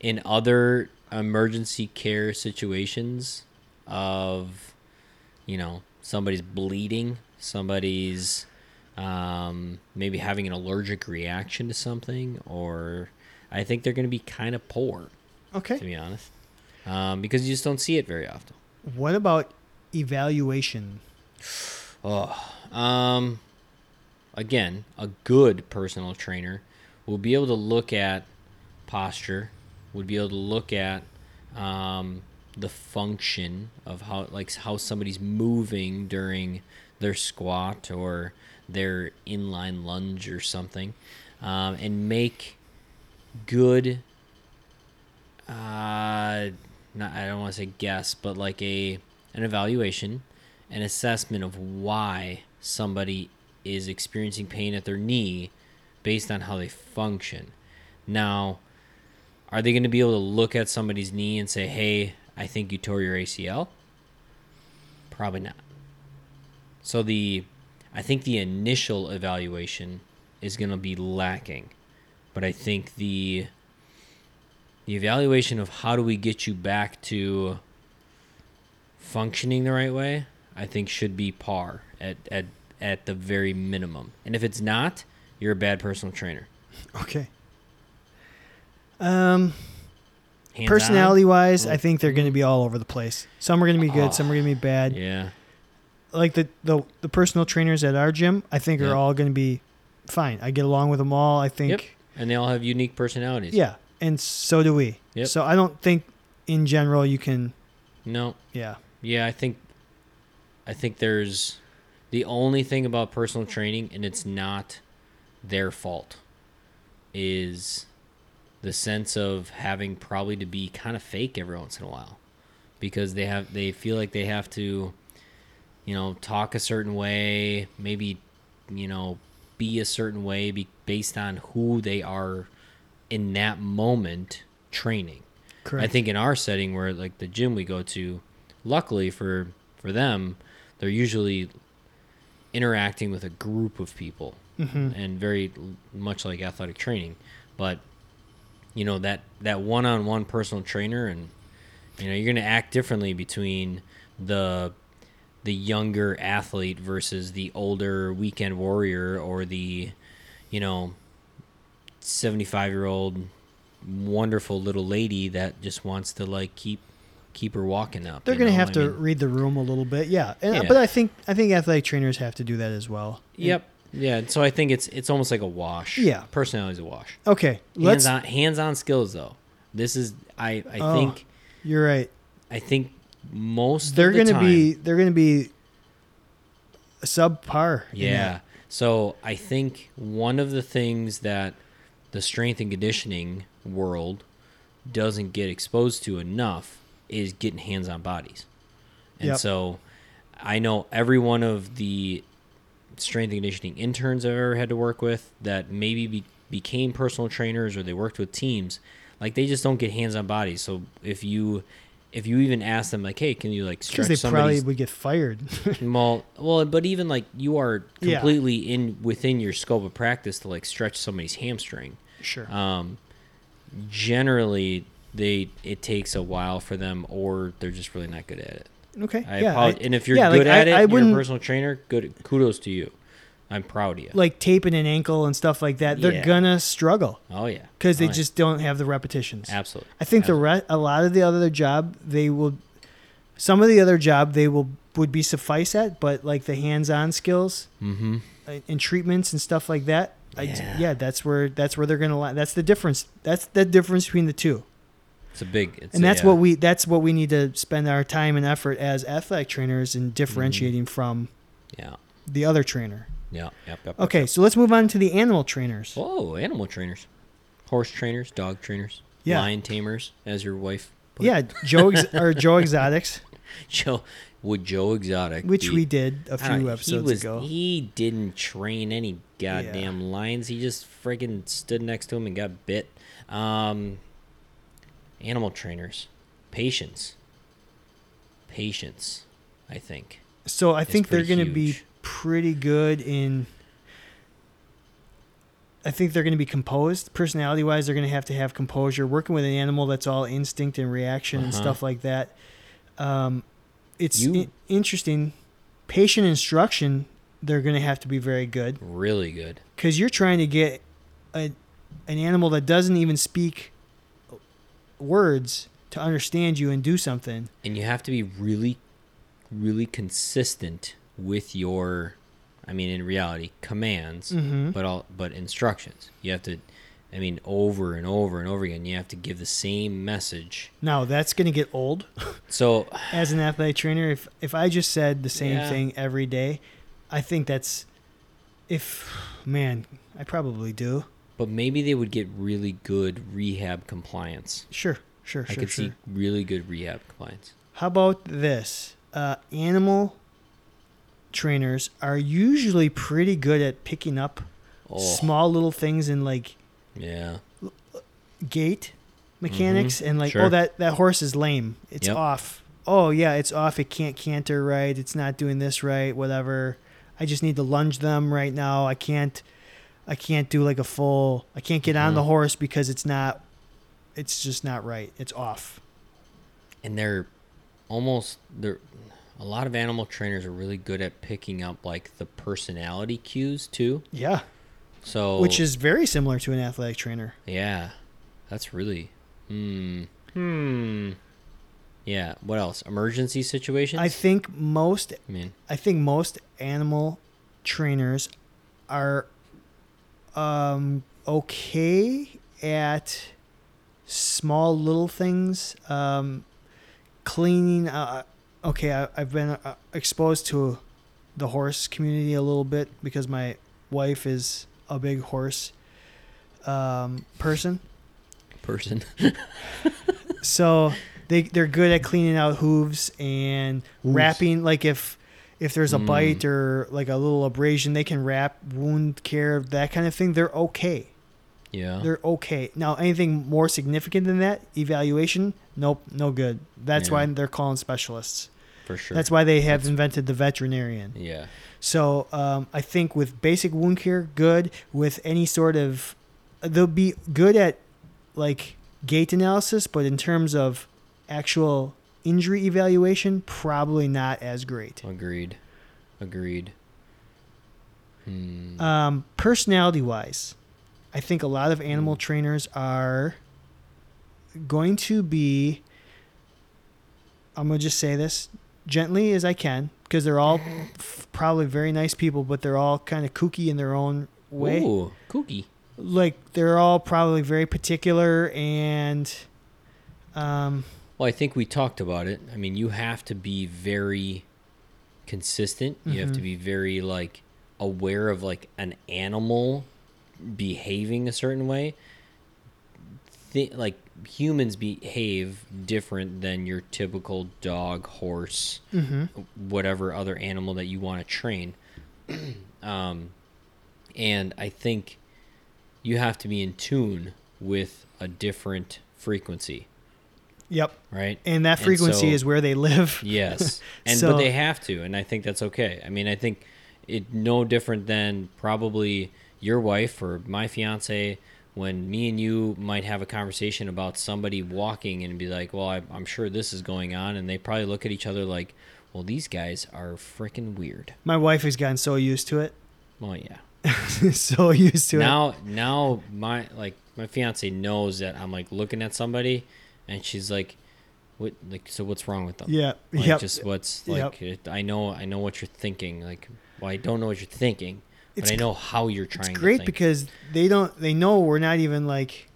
in other emergency care situations of, you know, somebody's bleeding, somebody's um, maybe having an allergic reaction to something, or I think they're going to be kind of poor to
Okay.
be honest, um, because you just don't see it very often.
What about evaluation?
Oh, um, again, a good personal trainer will be able to look at posture, would be able to look at um, the function of how like how somebody's moving during their squat or their inline lunge or something, um, and make good. Uh, not I don't want to say guess, but like a an evaluation, an assessment of why somebody is experiencing pain at their knee, based on how they function. Now, are they going to be able to look at somebody's knee and say, "Hey, I think you tore your ACL"? Probably not. So the, I think the initial evaluation is going to be lacking, but I think the the evaluation of how do we get you back to functioning the right way, I think should be par at at at the very minimum. And if it's not, you're a bad personal trainer.
Okay. Um
Hands on?
personality wise, I think they're going to be all over the place. Some are going to be good,
Oh,
some are going to be bad.
Yeah.
Like the, the the personal trainers at our gym, I think
Yeah.
are all going to be fine. I get along with them all. I think
Yep. And they all have unique personalities.
yeah, and so do we.
Yep.
So I don't think in general you can
No.
yeah.
Yeah, I think I think there's the only thing about personal training and it's not their fault is the sense of having probably to be kind of fake every once in a while because they have they feel like they have to you know talk a certain way, maybe you know be a certain way be, based on who they are in that moment training.
Correct.
I think in our setting where like the gym we go to, luckily for for them, they're usually interacting with a group of people and very l- much like athletic training, but you know that that one-on-one personal trainer and you know you're going to act differently between the the younger athlete versus the older weekend warrior or the you know 75 year old wonderful little lady that just wants to like keep keep her walking up
they're
you
going to
know?
have
I
to
mean,
read the room a little bit. Yeah. And,
Yeah.
But I think I think athletic trainers have to do that as well.
yep yeah so i think it's it's almost like a wash
Yeah.
personality's a wash
Okay.
hands
Let's
on hands on skills though this is i i
Oh.
think
You're right.
i think most
They're
of the
going to
time-
be they're going to be subpar. in
Yeah.
that.
So I think one of the things that the strength and conditioning world doesn't get exposed to enough is getting hands on bodies. And
Yep.
so I know every one of the strength and conditioning interns I've ever had to work with that maybe be, became personal trainers or they worked with teams, like they just don't get hands on bodies. So if you if you even ask them like, hey, can you like
because
stretch
they probably
somebody's
would get fired.
well, well, but even like you are
Yeah.
completely in within your scope of practice to like stretch somebody's hamstring.
sure.
Um, generally, they it takes a while for them, or they're just really not good at it.
okay.
I
yeah.
apologize. and if you're
yeah, like,
good at
I-
it,
I
and you're a
wouldn't-
personal trainer. Good kudos to you. I'm proud of you.
like taping an ankle and stuff like that, they're
Yeah.
gonna struggle
oh yeah,
because they
Oh, yeah.
just don't have the repetitions.
absolutely.
I think the re- a lot of the other job they will, some of the other job they will would be suffice at, but like the hands-on skills
Mm-hmm.
and, and treatments and stuff like that. I, yeah.
Yeah.
that's where that's where they're gonna. Lie. That's the difference. That's the difference between the two,
It's a big. It's
and
a,
that's
yeah.
what we that's what we need to spend our time and effort as athletic trainers
Mm-hmm.
in differentiating from
Yeah.
the other trainer.
Yeah. Yep, yep, yep.
Okay, so let's move on to the animal trainers.
Oh, animal trainers, horse trainers, dog trainers,
Yeah.
lion tamers, as your wife. put it.
Yeah, Joe Ex- or Joe Exotics,
Joe would Joe Exotic,
which
be-
we did a
I don't
few
know,
episodes
he was,
ago.
He didn't train any goddamn lions. He just friggin' stood next to him and got bit. Um, animal trainers, patience, patience. I think.
so I think they're
pretty
going to be
huge.
pretty good in. I think they're going to be composed. Personality wise, they're going to have to have composure. Working with an animal that's all instinct and reaction and
Uh-huh.
stuff like that. Um, it's
You-
in- interesting. Patient instruction, they're going to have to be very good
Really good.
because you're trying to get a, an animal that doesn't even speak words to understand you and do something.
and you have to be really really consistent with your i mean in reality commands
Mhm.
but all but instructions you have to i mean over and over and over again you have to give the same message
Now that's going to get old
so
as an athletic trainer. If if I just said the same
Yeah.
thing every day, I think that's if man, I probably do.
but maybe they would get really good rehab compliance
Sure, sure,
i
sure,
could
sure.
see really good rehab compliance
How about this? Uh, animal trainers are usually pretty good at picking up
oh
small little things in like
yeah
gait mechanics and like oh
Mm-hmm. Sure.
that that horse is lame it's
Yep.
off oh yeah it's off it can't canter right it's not doing this right whatever i just need to lunge them right now i can't i can't do like a full i can't get on the
Mhm.
horse because it's not it's just not right it's off
and they're almost they're a lot of animal trainers are really good at picking up like the personality cues too
yeah
so
which is very similar to an athletic trainer
Yeah, that's really. Hmm. Hmm. Yeah. What else? Emergency situations.
i think most
I mean,
I think most animal trainers are um, okay at small little things, um, cleaning. Uh, okay, I, I've been uh, exposed to the horse community a little bit because my wife is a big horse um, person.
person.
So they they're good at cleaning out hooves and
Hooves.
wrapping. Like if if there's a
Mm.
bite or like a little abrasion, they can wrap wound care that kind of thing. They're okay.
yeah.
They're okay. Now anything more significant than that evaluation, nope, no good. That's
Yeah.
why they're calling specialists.
for sure.
That's why they have invented the veterinarian.
Yeah.
So um, I think with basic wound care, good. With any sort of, they'll be good at like gait analysis, but in terms of actual injury evaluation, probably not as great.
Agreed. Agreed. Hmm.
Um, personality wise, I think a lot of animal trainers are going to be. I'm gonna just say this gently as I can because they're all f- probably very nice people, but they're all kind of kooky in their own way.
Ooh, kooky.
Like they're all probably very particular and. Um,
Well, I think we talked about it. I mean, you have to be very consistent. You have to
Mhm.
be very like aware of like an animal behaving a certain way. Th- like humans behave different than your typical dog, horse,
mhm.
whatever other animal that you want to train. um, and I think you have to be in tune with a different frequency,
Yep.
right?
And that
And
frequency
so-
is where they live.
Yes. And
So-
but they have to, and I think that's okay. I mean, I think it no different than probably your wife or my fiance when me and you might have a conversation about somebody walking and be like, "Well, I, I'm sure this is going on," and they probably look at each other like, "Well, these guys are freaking weird."
My wife has gotten so used to it.
Well, yeah.
so used to it.
now now my like my fiance knows that I'm like looking at somebody, and she's like, "What? Like, so what's wrong with them?"
Yeah.
Like
yep.
just what's like it, I know I know what you're thinking. Like well, I don't know what you're thinking,
It's
but I know how you're trying.
it's
to
great
think.
because they don't they know we're not even like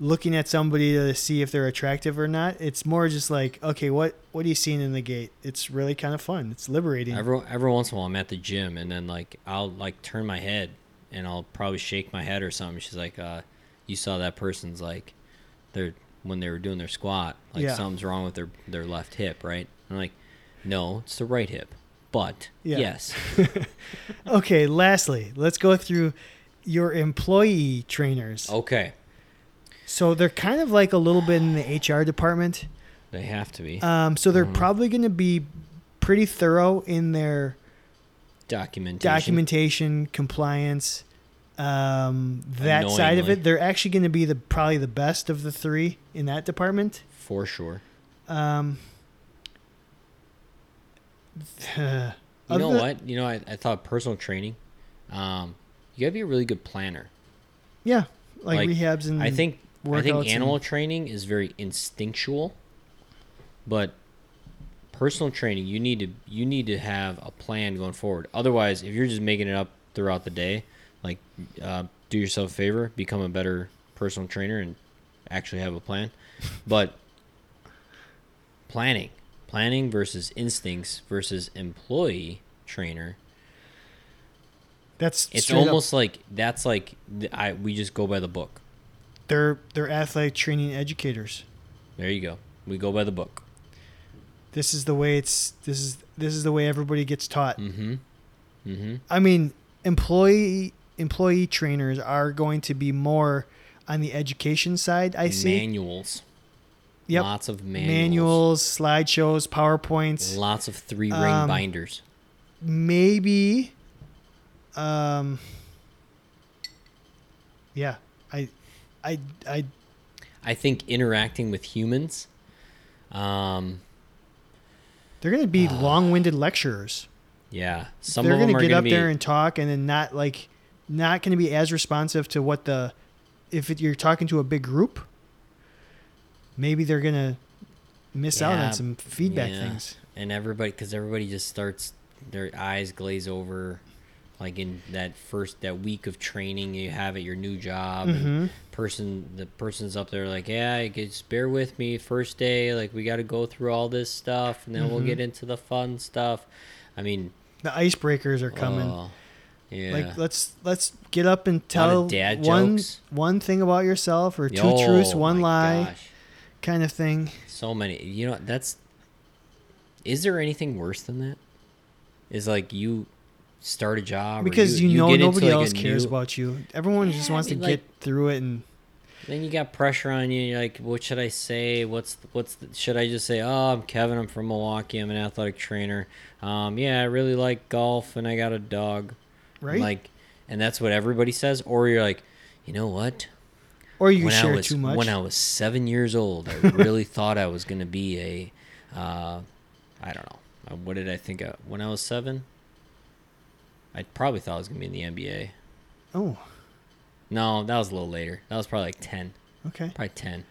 looking at somebody to see if they're attractive or not. It's more just like, okay, what what are you seeing in the gate? It's really kind of fun. It's liberating.
every every once in a while I'm at the gym and then like I'll like turn my head and I'll probably shake my head or something. She's like, uh, "You saw that person's like, they're when they were doing their squat, like
Yeah.
something's wrong with their their left hip, right?" I'm like, "No, it's the right hip." But
Yeah.
yes,
okay, lastly, let's go through your employee trainers.
okay,
So they're kind of like a little bit in the HR department.
they have to be
Um, so they're
Mhm.
probably going to be pretty thorough in their
documentation.
documentation, compliance, um, that side of
Annoyingly.
it. They're actually going to be the probably the best of the three in that department.
for sure.
Um, other
You know
than-
what? You know, I, I thought personal training. Um, you gotta be a really good planner.
Yeah, like,
Like,
rehabs and
I think I
Mm. workouts
think
and-
animal training is very instinctual, but personal training you need to you need to have a plan going forward. Otherwise, if you're just making it up throughout the day, like uh, do yourself a favor, become a better personal trainer, and actually have a plan. But planning, planning versus instincts versus employee trainer
that's
it's
straight up
almost like that's like th- I we just go by the book.
they're they're athletic training educators.
There you go. We go by the book.
This is the way it's this is this is the way everybody gets taught.
Mm-hmm. Mm-hmm.
I mean, employee employee trainers are going to be more on the education side. I see.
Manuals.
Yep.
Lots of manuals.
manuals, slideshows, powerpoints,
Lots of three ring
Um,
binders.
maybe. Um. Yeah, I, I, I.
I think interacting with humans. Um.
They're gonna be long-winded lecturers.
Yeah. Some
they're
of them
gonna
are
get
going to
up
be.
there and talk, and then not like, not gonna be as responsive to what the, if it, you're talking to a big group. Maybe they're gonna miss out
Yeah,
on some feedback
yeah.
things.
and everybody, because everybody just starts, their eyes glaze over, like in that first that week of training you have at your new job. and
Mhm.
person the person's up there like yeah I could- just bear with me first day like we got to go through all this stuff and then we'll
Mhm.
get into the fun stuff i mean
The icebreakers are coming.
oh, yeah
Like let's let's get up and tell
dad
one
jokes.
one thing about yourself or two
Yo, oh
truths, one
my
lie
gosh.
kind of thing.
so many you know that's is there anything worse than that is like you start a job or
Because you, know
get into,
nobody
like, a
else cares
new-
about you. Everyone just
Yeah, I
wants
mean,
to
like-
get through it and
Then you got pressure on you. You're like, what should I say? What's what's the, should I just say? Oh, I'm Kevin. I'm from Milwaukee. I'm an athletic trainer. Um, yeah, I really like golf, and I got a dog. And,
right?
Like, and that's what everybody says. Or you're like, you know what?
or you
when I
share
was
too much.
when I was seven years old, I really thought I was gonna be a, uh, I don't know. Uh, What did I think? I, when I was seven, I probably thought I was gonna be in the NBA.
oh,
No, that was a little later. That was probably like ten.
okay.
Probably 10.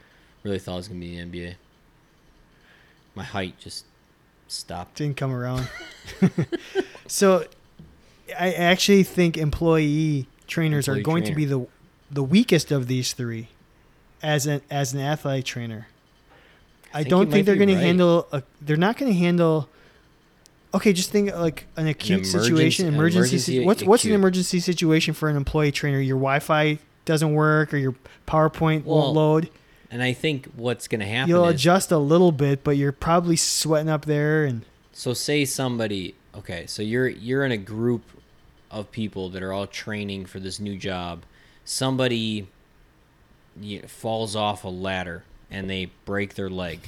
Really thought it was going to be the NBA. My height just stopped.
Didn't come around. so I actually think employee trainers are
Employee
going to be the the weakest of these three as an as an athletic trainer. I,
think you
don't
might
think they're
be
going
right.
to handle. A, they're not going to handle. Okay, just think like an acute
emergency-
situation,
an
emergency. si-
emergency
what's what's an
acute.
emergency situation for an employee trainer? Your Wi-Fi doesn't work, or your PowerPoint
Well,
won't load.
And I think what's going to happen
You'll
is
adjust a little bit, but you're probably sweating up there. And
so say somebody okay, so you're you're in a group of people that are all training for this new job. Somebody y- falls off a ladder and they break their leg.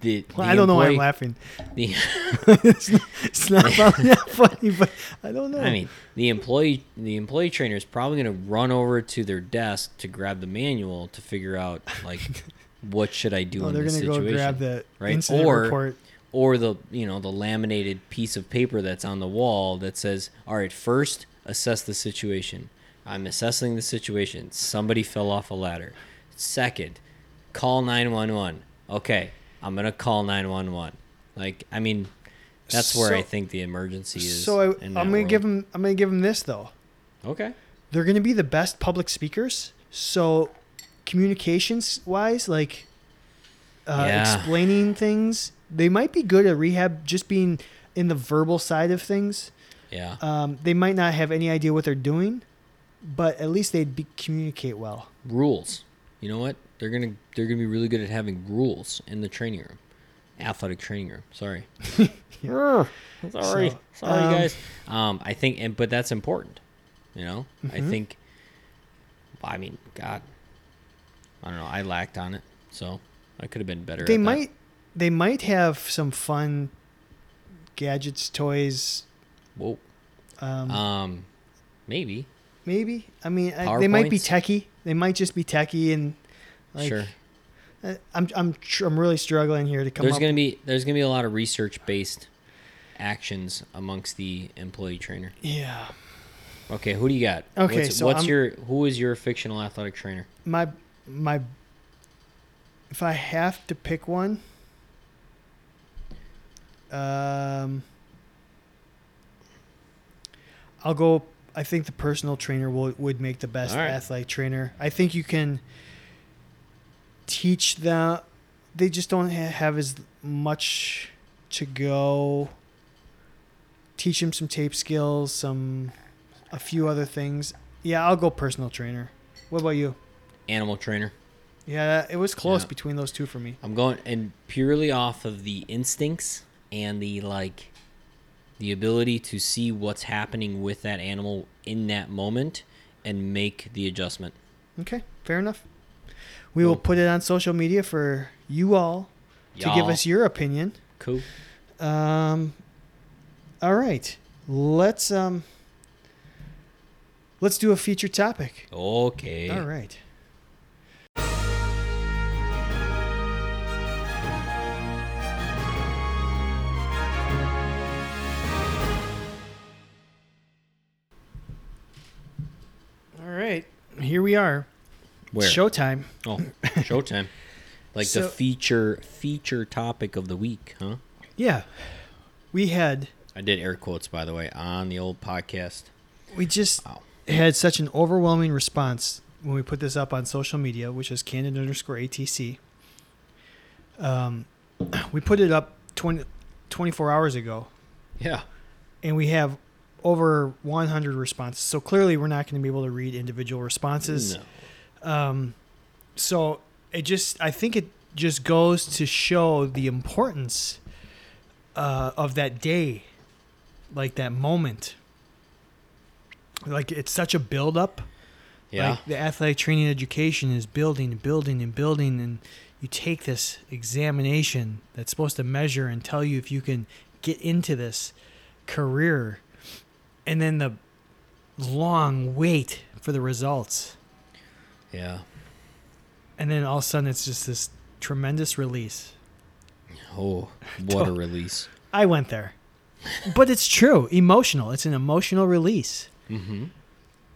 The-
Well,
the
I don't know why I'm
employee-
laughing.
the-
it's not, it's not probably not funny, but I don't know.
I mean, the employee the employee trainer is probably going to run over to their desk to grab the manual to figure out like what should I do
oh,
in
they're
this
gonna go
situation,
grab the
right?
incident
or
report.
or the you know the laminated piece of paper that's on the wall that says, "All right, first assess the situation. I'm assessing the situation. Somebody fell off a ladder. Second, call 911. Okay, I'm gonna call 911. Like, I mean, that's where
So-
I think the emergency is.
So I,
in
I'm
that
gonna
world.
give them. I'm gonna give them this though.
Okay.
They're gonna be the best public speakers. So communications wise, like uh,
Yeah.
explaining things, they might be good at rehab. Just being in the verbal side of things,
Yeah.
um, they might not have any idea what they're doing, but at least they'd be, communicate well.
rules. You know what? They're gonna they're gonna be really good at having rules in the training room, athletic training room. Sorry. Urgh. sorry,
So,
sorry,
um,
guys. Um, I think, and but that's important. You know,
Mm-hmm.
I think. I mean, God, I don't know. I lacked on it, so I could have been better.
they
at that.
might they might have some fun gadgets toys
Whoa.
um,
Um, maybe.
maybe i mean I, they might be techie they might just be techie and like
sure.
uh, i'm i'm tr- i'm really struggling here to come
There's
up
gonna be there's gonna be a lot of research based actions amongst the employee trainer.
yeah
Okay, who do you got?
Okay,
what's,
so
what's
I'm-
your who is your fictional athletic trainer?
my my if i have to pick one um i'll go i think the personal trainer will, would make the best
All right.
athletic trainer i think you can teach them they just don't ha- have as much to go teach them some tape skills some a few other things yeah i'll go personal trainer what about you
Animal trainer.
yeah, it was close
Yeah.
between those two for me.
I'm going and purely off of the instincts and the like the ability to see what's happening with that animal in that moment and make the adjustment.
Okay, fair enough. We will
Well-
put it on social media for you all to give
Y'all.
us your opinion.
cool.
Um, all right, let's um, let's do a feature topic.
Okay.
All right. All right, here we are.
Where?
Showtime.
oh, showtime. Like
So-
the feature feature topic of the week, huh?
Yeah. We had
I did air quotes by the way on the old podcast.
we just
Wow.
had such an overwhelming response when we put this up on social media, which is candid underscore ATC. Um, we put it up 20, 24 hours ago,
Yeah.
and we have over 100 responses. So clearly, we're not going to be able to read individual responses.
No.
Um, so it just, I think it just goes to show the importance uh, of that day, like that moment. Like it's such a buildup.
Yeah.
Like the athletic training education is building and building and building, and you take this examination that's supposed to measure and tell you if you can get into this career, and then the long wait for the results
yeah.
and then all of a sudden it's just this tremendous release.
Oh, what a release.
I went there, but it's true. Emotional. It's an emotional release
hmm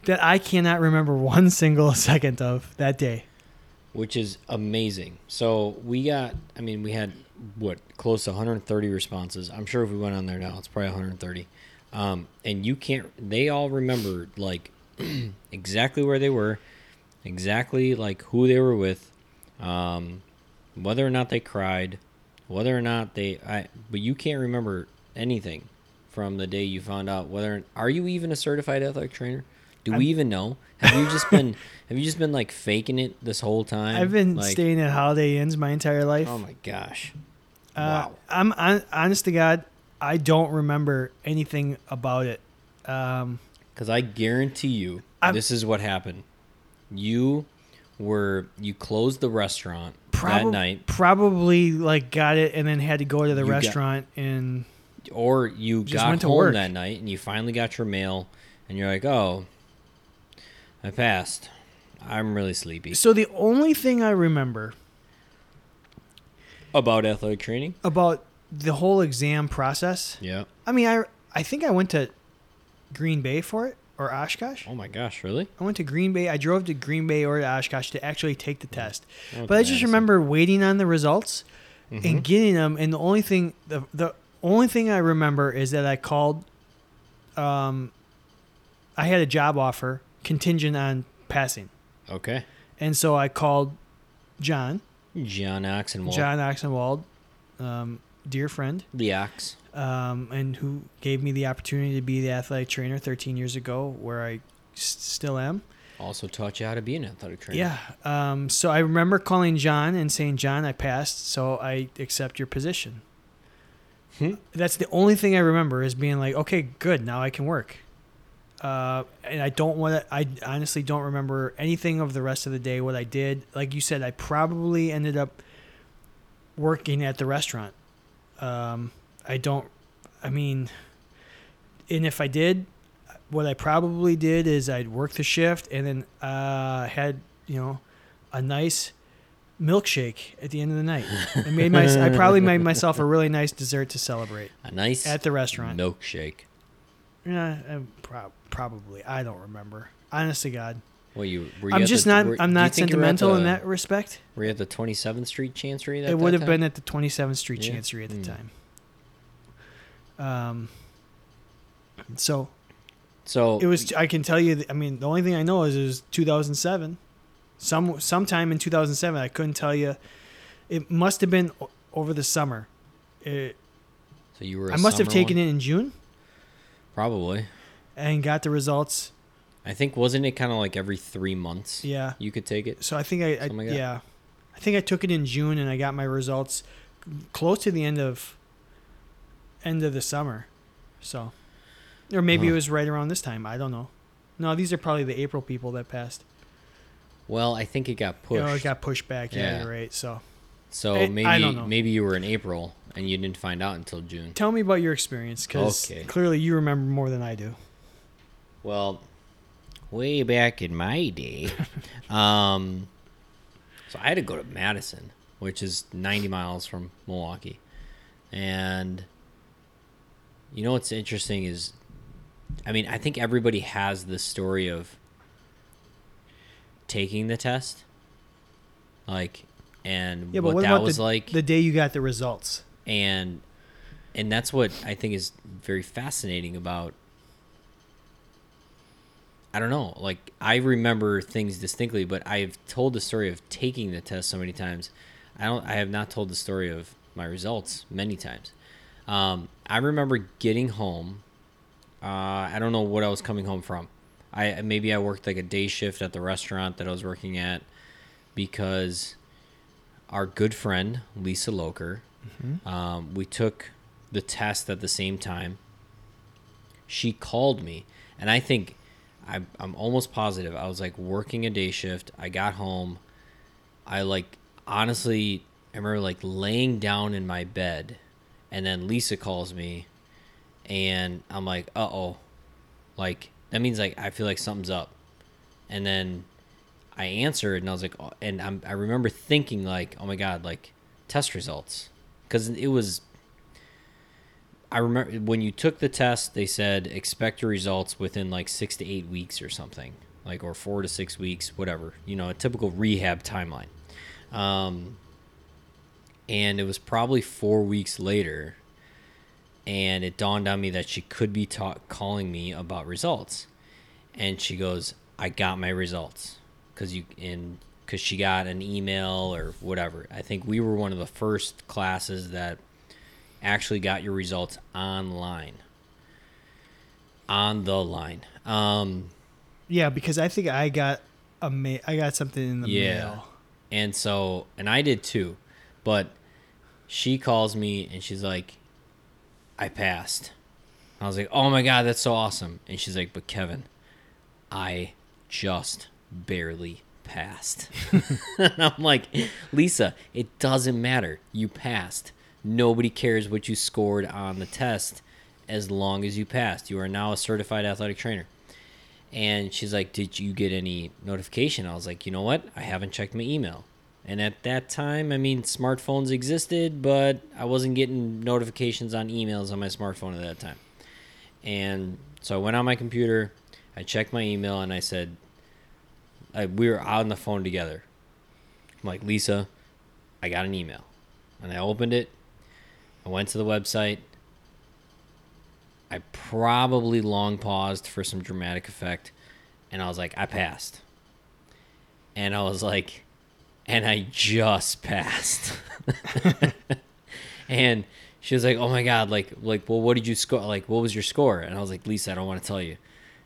that I cannot remember one single second of that day.
Which is amazing. So we got, I mean, we had what, close to 130 responses. I'm sure if we went on there now, it's probably 130. Um, and you can't, they all remembered like exactly where they were, exactly like who they were with, um, whether or not they cried, whether or not they, I, but you can't remember anything from the day you found out whether are you even a certified athletic trainer? Do we even know? Have you just been have you just been like faking it this whole time?
I've been
like,
staying at Holiday Inns my entire life.
Oh my gosh.
Uh,
wow.
I'm on, honest to God, I don't remember anything about it. Um,
Cuz I guarantee you
I'm-
this is what happened. You where you closed the restaurant
Probably,
that night,
probably like got it and then had to go to the
You got-
restaurant and
or you
Just
got
went to
home
work.
that night and you finally got your mail, and you're like, "Oh, I passed. I'm really sleepy."
so the only thing I remember
About athletic training.
about the whole exam process.
Yeah.
I mean, I I think I went to Green Bay for it or Oshkosh.
Oh my gosh, really?
I went to Green Bay. I drove to Green Bay or to Oshkosh to actually take the test.
Oh,
But I just
that's-
remember waiting on the results and getting them. And the only thing the the only thing I remember is that I called. Um, I had a job offer contingent on passing,
Okay.
and so I called John
John Oxenwald.
John Oxenwald, um, dear friend,
The Ox.
um, and who gave me the opportunity to be the athletic trainer 13 years ago, where I s- still am.
Also taught you how to be an athletic trainer.
Yeah. Um, so I remember calling John and saying, John, I passed, so I accept your position.
Hmm.
That's the only thing I remember is being like, okay, good, now I can work. Uh, and I don't want to, I honestly don't remember anything of the rest of the day, what I did. Like you said, I probably ended up working at the restaurant. Um, I don't, I mean, and if I did, what I probably did is I'd work the shift and then uh, had you know a nice milkshake at the end of the night. I made my I probably made myself a really nice dessert to celebrate
A nice
at the restaurant.
milkshake.
Yeah, I- prob- probably I don't remember. Honest to God,
Well, you were. You
I'm
at
just
the,
not
were-
I'm
do you
not
think you were at
sentimental in
the-
that respect.
Were you at the 27th Street Chancery? That,
It would have been at the 27th Street
Yeah.
Chancery at the
Mm.
time. Um. So
So
it was i can tell you that- i mean the only thing i know is it was 2007 some sometime in 2007 i couldn't tell you it must have been o- over the summer it,
So you were. I
i must have taken it in june
Probably.
and got the results
I think wasn't it kind of like every three months?
yeah
You could take it.
so i think i, I
Something like that.
yeah i think i took it in june and i got my results close to the end of end of the summer so or maybe it
Huh.
was right around this time i don't know no these are probably the april people that passed
Well, I think it got
You
pushed.
know, it got pushed back yeah,
Yeah.
you're right so
so
I- I
maybe
don't know.
maybe you were in April and you didn't find out until June.
Tell me about your experience, because
Okay.
clearly you remember more than I do.
Well, way back in my day, um, so I had to go to Madison, which is 90 miles from Milwaukee. And you know what's interesting is, I mean, I think everybody has this story of taking the test, like, and
Yeah, but
what,
what
that
about
was
the,
like
the day you got the results?
and and that's what I think is very fascinating about I don't know like I remember things distinctly but I've told the story of taking the test so many times I don't I have not told the story of my results many times um, I remember getting home uh, I don't know what I was coming home from I maybe I worked like a day shift at the restaurant that I was working at because our good friend Lisa Loker, um, we took the test at the same time. She called me, and I think I, I'm almost positive I was like working a day shift. I got home. I like honestly, I remember like laying down in my bed, and then Lisa calls me, and I'm like, uh oh, like that means like I feel like something's up, and then I answered and I was like, oh, and I'm, I remember thinking like, oh my god, like test results, because it was. I remember when you took the test, they said expect your results within like six to eight weeks or something, like or four to six weeks, whatever. You know, a typical rehab timeline. Um, and it was probably four weeks later, and it dawned on me that she could be ta- calling me about results and she goes, "I got my results," because you and because she got an email or whatever. I think we were one of the first classes that actually got your results online, on the line. Um,
Yeah, because I think I got a ma- I got something in the
yeah,
mail.
and so and I did too, but she calls me and she's like, "I passed." I was like, "Oh my god, that's so awesome!" And she's like, "But Kevin, I just barely passed. and I'm like, Lisa, it doesn't matter. You passed. Nobody cares what you scored on the test as long as you passed. You are now a certified athletic trainer. And she's like, Did you get any notification? I was like, You know what? I haven't checked my email. And at that time, I mean, smartphones existed, but I wasn't getting notifications on emails on my smartphone at that time. And so I went on my computer, I checked my email, and I said, I, We were on the phone together. I'm like, Lisa, I got an email. And I opened it, I went to the website, I probably long paused for some dramatic effect, and I was like, I passed. And I was like, and I just passed. and she was like, "Oh my god, like like well, what did you score? Like what was your score?" And I was like, "Lisa, I don't want to tell you."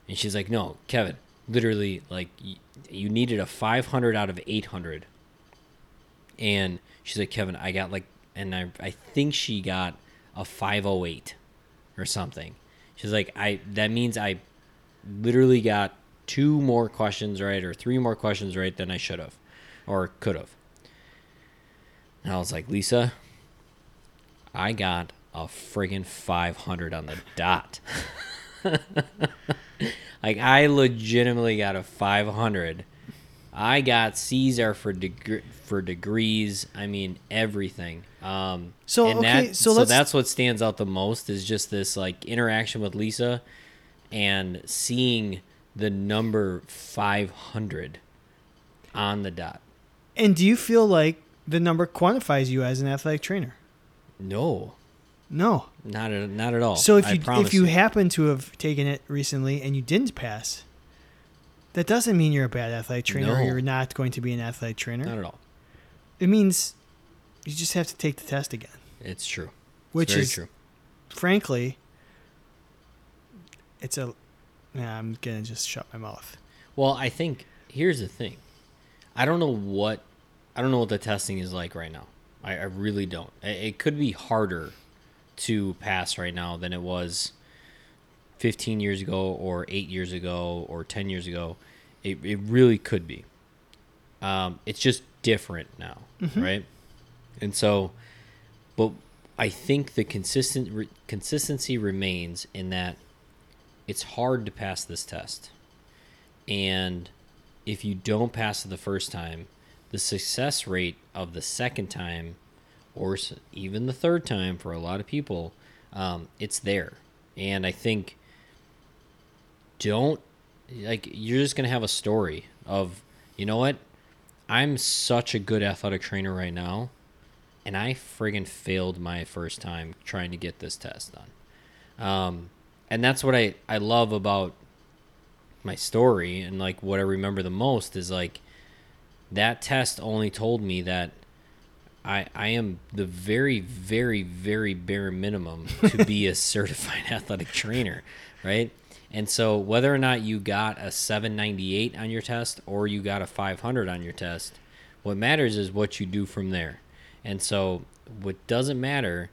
And she's like, "No, Kevin, literally like y- you needed a 500 out of 800." And she's like, "Kevin, I got like and I I think she got a 508 or something." She's like, "I that means I literally got two more questions right or three more questions right than I should have or could have. And I was like, Lisa, I got a friggin' 500 on the dot. like, I legitimately got a 500. I got C's are for deg- for degrees. I mean everything. Um,
So,
and
okay,
that,
so
so
let's-
that's what stands out the most is just this like interaction with Lisa, and seeing the number five hundred on the dot.
And do you feel like the number quantifies you as an athletic trainer?
No,
No.
not at, not at all.
So if
Oh, I
you
promise
if you happen to have taken it recently and you didn't pass, that doesn't mean you're a bad athletic trainer
No.
or you're not going to be an athletic trainer.
not at all.
It means you just have to take the test again,
It's true. It's
which
very
is
true.
frankly it's a nah, I'm going to just shut my mouth.
Well, I think here's the thing. I don't know what I don't know what the testing is like right now. I, I really don't. It, it could be harder to pass right now than it was 15 years ago or 8 years ago or 10 years ago. It, it really could be. Um, it's just different now, right? And so but I think the consistent re- consistency remains in that it's hard to pass this test. And if you don't pass it the first time, the success rate of the second time, or s- even the third time for a lot of people, um, it's there. And I think don't like you're just gonna have a story of you know what I'm such a good athletic trainer right now, and I friggin' failed my first time trying to get this test done. Um, and that's what I, I love about my story and like what I remember the most is like that test only told me that I I am the very very very bare minimum to be a certified athletic trainer, right? And so whether or not you got a 798 on your test or you got a 500 on your test, what matters is what you do from there. And so what doesn't matter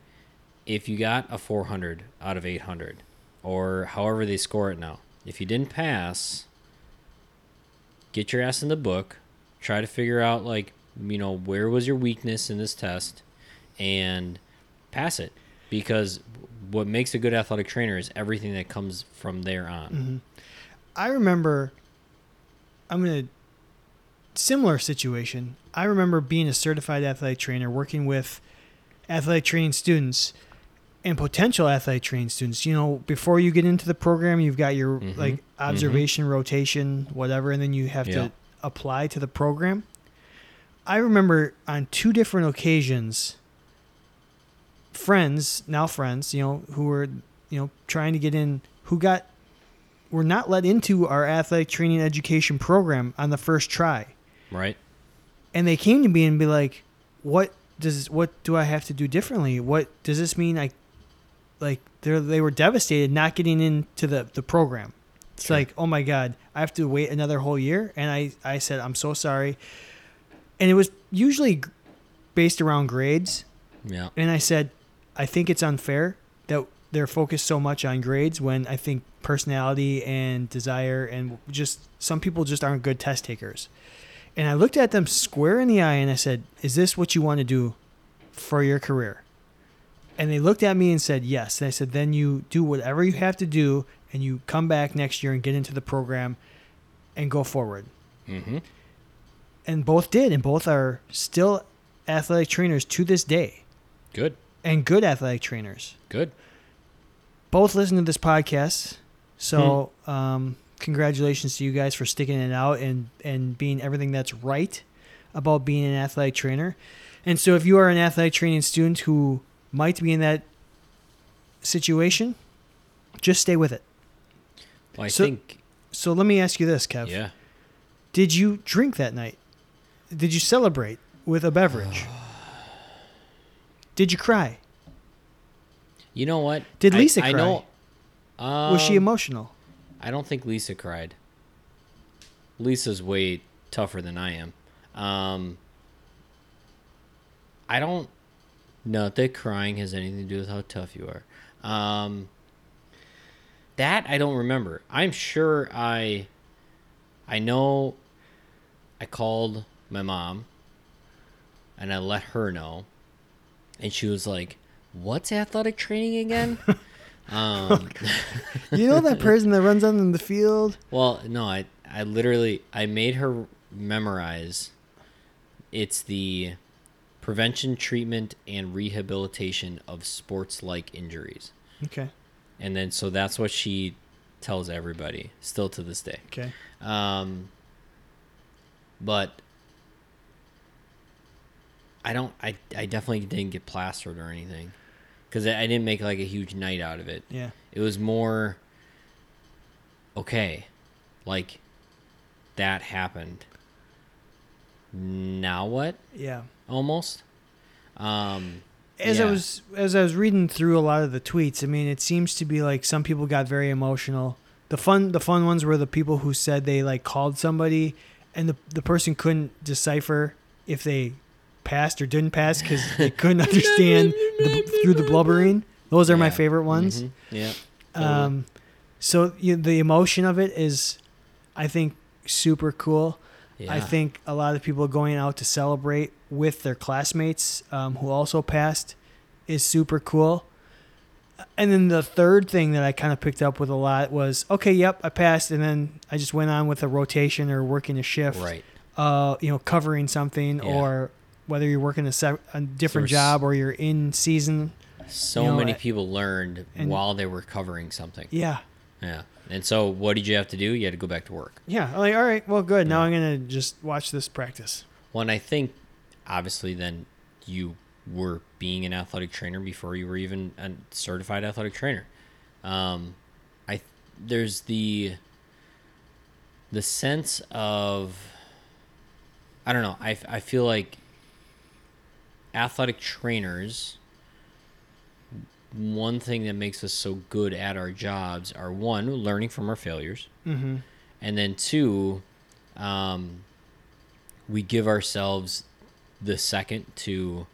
if you got a 400 out of 800 or however they score it now if you didn't pass get your ass in the book try to figure out like you know where was your weakness in this test and pass it because what makes a good athletic trainer is everything that comes from there on
Mm-hmm. I remember I'm in a similar situation. I remember being a certified athletic trainer working with athletic training students and potential athletic training students. You know, before you get into the program, you've got your
Mhm.
like observation, rotation, whatever, and then you have
Yeah.
to apply to the program. I remember on two different occasions friends, now friends, you know, who were, you know, trying to get in who got were not let into our athletic training education program on the first try.
right
And they came to me and be like, "What does what do I have to do differently? What does this mean I like they they were devastated not getting into the the program. It's
Sure.
like, "Oh my god, I have to wait another whole year." And I I said, "I'm so sorry." And it was usually g- based around grades.
yeah
And I said, I think it's unfair that they're focused so much on grades when I think personality and desire and just some people just aren't good test takers. And I looked at them square in the eye and I said, Is this what you want to do for your career? And they looked at me and said, Yes. And I said, Then you do whatever you have to do and you come back next year and get into the program and go forward.
Mm-hmm.
And both did. And both are still athletic trainers to this day
Good.
and good athletic trainers.
Good.
both listen to this podcast. So,
Hmm.
um, congratulations to you guys for sticking it out and and being everything that's right about being an athletic trainer. And so, if you are an athletic training student who might be in that situation, just stay with it.
Well, I
So-
think.
So, let me ask you this, Kev:
Yeah.
Did you drink that night? Did you celebrate with a beverage? Did you cry?
You know what?
Did
I-
Lisa
I,
cry?
know.
Was she
Um,
emotional?
I don't think Lisa cried. Lisa's way tougher than I am. Um, I don't. Not that crying has anything to do with how tough you are. Um, that I don't remember. I'm sure I. I know. I called my mom. And I let her know, and she was like, "What's athletic training again?" um,
You know that person that runs out in the field?
Well, no, I I literally I made her memorize it's the prevention, treatment and rehabilitation of sports-like injuries.
Okay.
And then so that's what she tells everybody still to this day.
Okay.
Um but I don't I I definitely didn't get plastered or anything cuz I, I didn't make like a huge night out of it
Yeah.
it was more okay like that happened now what
Yeah.
almost um
as I
Yeah.
was as I was reading through a lot of the tweets, I mean, it seems to be like some people got very emotional. The fun the fun ones were the people who said they like called somebody and the the person couldn't decipher if they passed or didn't pass cuz they couldn't understand the, through the blubbering. Those are my
Yeah.
favorite ones.
mhm, yeah
Um, so you, the emotion of it is, I think, super cool. I
Yeah.
think a lot of people going out to celebrate with their classmates um, who also passed is super cool. And then the third thing that I kind of picked up with a lot was okay, yep, I passed, and then I just went on with a rotation or working a shift,
right
uh, you know, covering something
Yeah.
or whether you're working a, se- a different
There's-
job or you're in season.
so
You know,
many
I-
people learned
and-
while they were covering something
Yeah.
yeah and so what did you have to do you had to go back to work
Yeah, I'm like all right, well, good. Now I'm gonna just watch this practice.
well and i think obviously then you were being an athletic trainer before you were even a certified athletic trainer um i there's the the sense of i don't know i, I feel like athletic trainers one thing that makes us so good at our jobs are one learning from our failures
Mm-hmm.
and then two um, we give ourselves the second to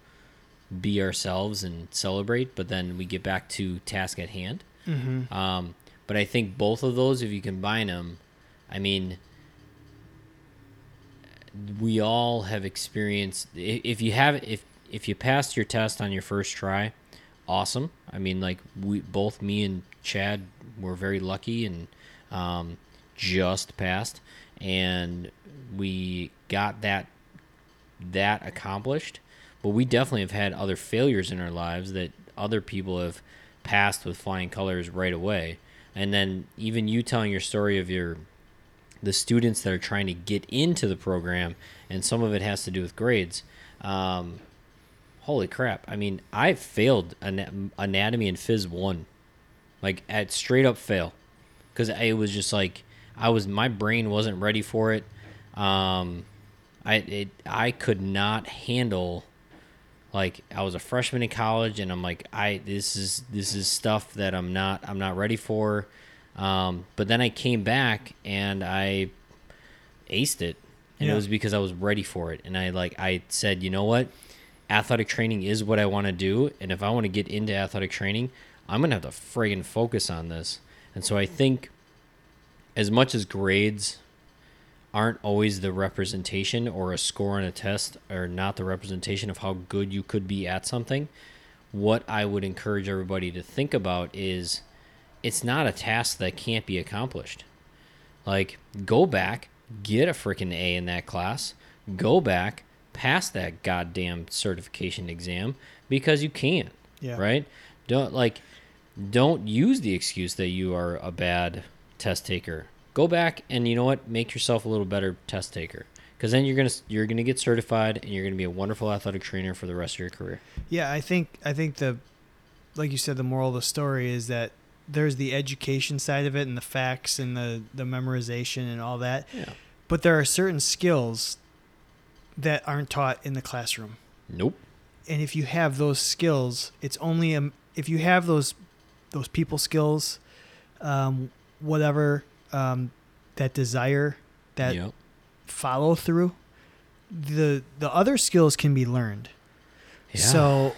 be ourselves and celebrate but then we get back to task at hand
Mm-hmm.
um, but i think both of those if you combine them i mean we all have experienced i- if you have if if you passed your test on your first try awesome i mean like we both me and chad were very lucky and um, just passed and we got that that accomplished but we definitely have had other failures in our lives that other people have passed with flying colors right away and then even you telling your story of your the students that are trying to get into the program, and some of it has to do with grades. Um, holy crap! I mean, I failed ana- anatomy and phys one, like at straight up fail, because it was just like I was my brain wasn't ready for it. Um, I it I could not handle like I was a freshman in college and I'm like I this is this is stuff that I'm not I'm not ready for um, but then I came back and I aced it and
Yeah.
it was because I was ready for it and I like I said you know what athletic training is what I want to do and if I want to get into athletic training I'm gonna have to friggin' focus on this and so I think as much as grades aren't always the representation or a score on a test are not the representation of how good you could be at something. What I would encourage everybody to think about is it's not a task that can't be accomplished. Like, go back, get a freaking A in that class, go back, pass that goddamn certification exam because you can.
Yeah.
Right? Don't like don't use the excuse that you are a bad test taker. Go back and you know what? Make yourself a little better test taker. Because then you're gonna you're gonna get certified and you're gonna be a wonderful athletic trainer for the rest of your career.
Yeah, I think I think the like you said, the moral of the story is that there's the education side of it and the facts and the, the memorization and all that.
Yeah.
But there are certain skills that aren't taught in the classroom.
Nope.
And if you have those skills, it's only um, if you have those those people skills, um, whatever um, that desire, that
Yep.
follow through, the the other skills can be learned. So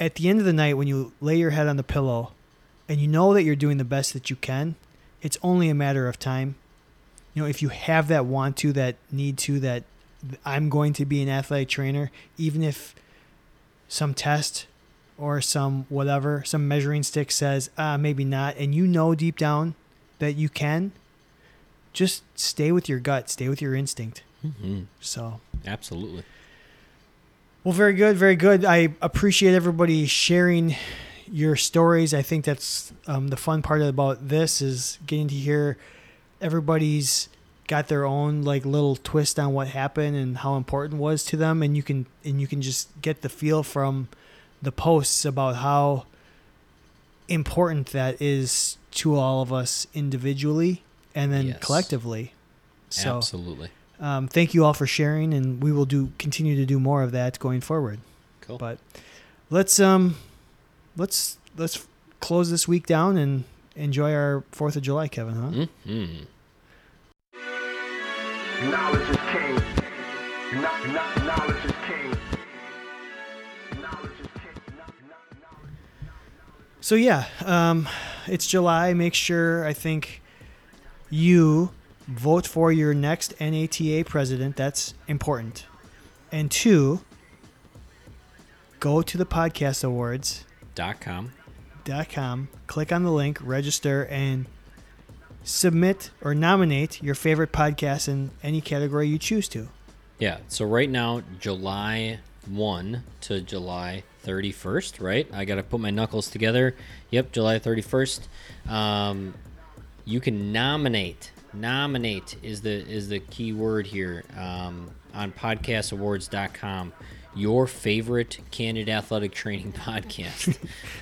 at the end of the night, when you lay your head on the pillow and you know that you're doing the best that you can, it's only a matter of time. You know, if you have that want to, that need to, that I'm going to be an athletic trainer, even if some test or some whatever, some measuring stick says, ah, maybe not, and you know deep down that you can, just stay with your gut, stay with your instinct.
Mhm.
So.
absolutely.
Well, very good, very good. I appreciate everybody sharing your stories. I think that's um, the fun part about this is getting to hear everybody's got their own like little twist on what happened and how important it was to them, and you can and you can just get the feel from the posts about how important that is to all of us individually and then
Yes.
collectively. So,
absolutely.
um, thank you all for sharing, and we will do continue to do more of that going forward
Cool.
but let's um let's let's close this week down and enjoy our fourth of july kevin huh
Mhm.
Knowledge is king. Kno- kno- Knowledge is king. Knowledge is king. Kno- kno- knowledge-
so yeah um it's july make sure i think you vote for your next nata president that's important and two go to the podcast awards
Dot com.
com. Click on the link, register, and submit or nominate your favorite podcast in any category you choose to.
Yeah. So right now, July 1 to July 31st, right? I got to put my knuckles together. Yep, July 31st. Um, you can nominate. Nominate is the is the key word here um, on podcastawards.com. Your favorite candid athletic training podcast.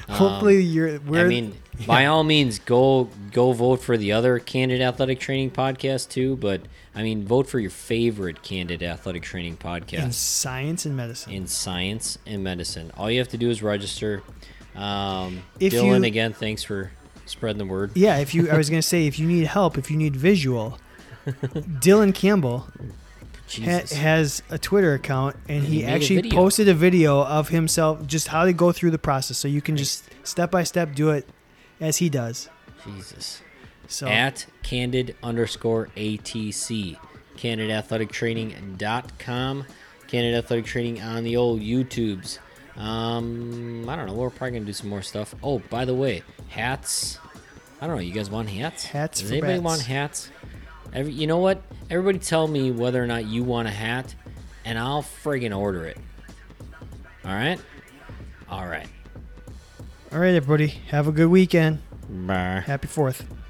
Hopefully, you're. We're,
Um, I mean, by all means, go go vote for the other Candid Athletic Training podcast too. But I mean, vote for your favorite Candid Athletic Training
in
podcast
science and medicine.
in science and medicine. All you have to do is register. Um,
If
Dylan,
you-
again, thanks for spreading the word.
yeah, if you, I was gonna say, if you need help, if you need visual, Dylan Campbell ha-
Jesus.
has a Twitter account, and he
He made a
actually
video.
posted a video of himself, just how to go through the process, so you can just step by step do it as he does.
Jesus.
So
at candid underscore atc candidathletictraining.com candid athletic training on the old youtubes um i don't know we're probably gonna do some more stuff oh by the way hats i don't know you guys want hats
Hats
does
for
anybody
bats.
want hats Every, you know what everybody tell me whether or not you want a hat and i'll friggin order it all right all right
all right, everybody, have a good weekend.
Bye.
Happy Fourth.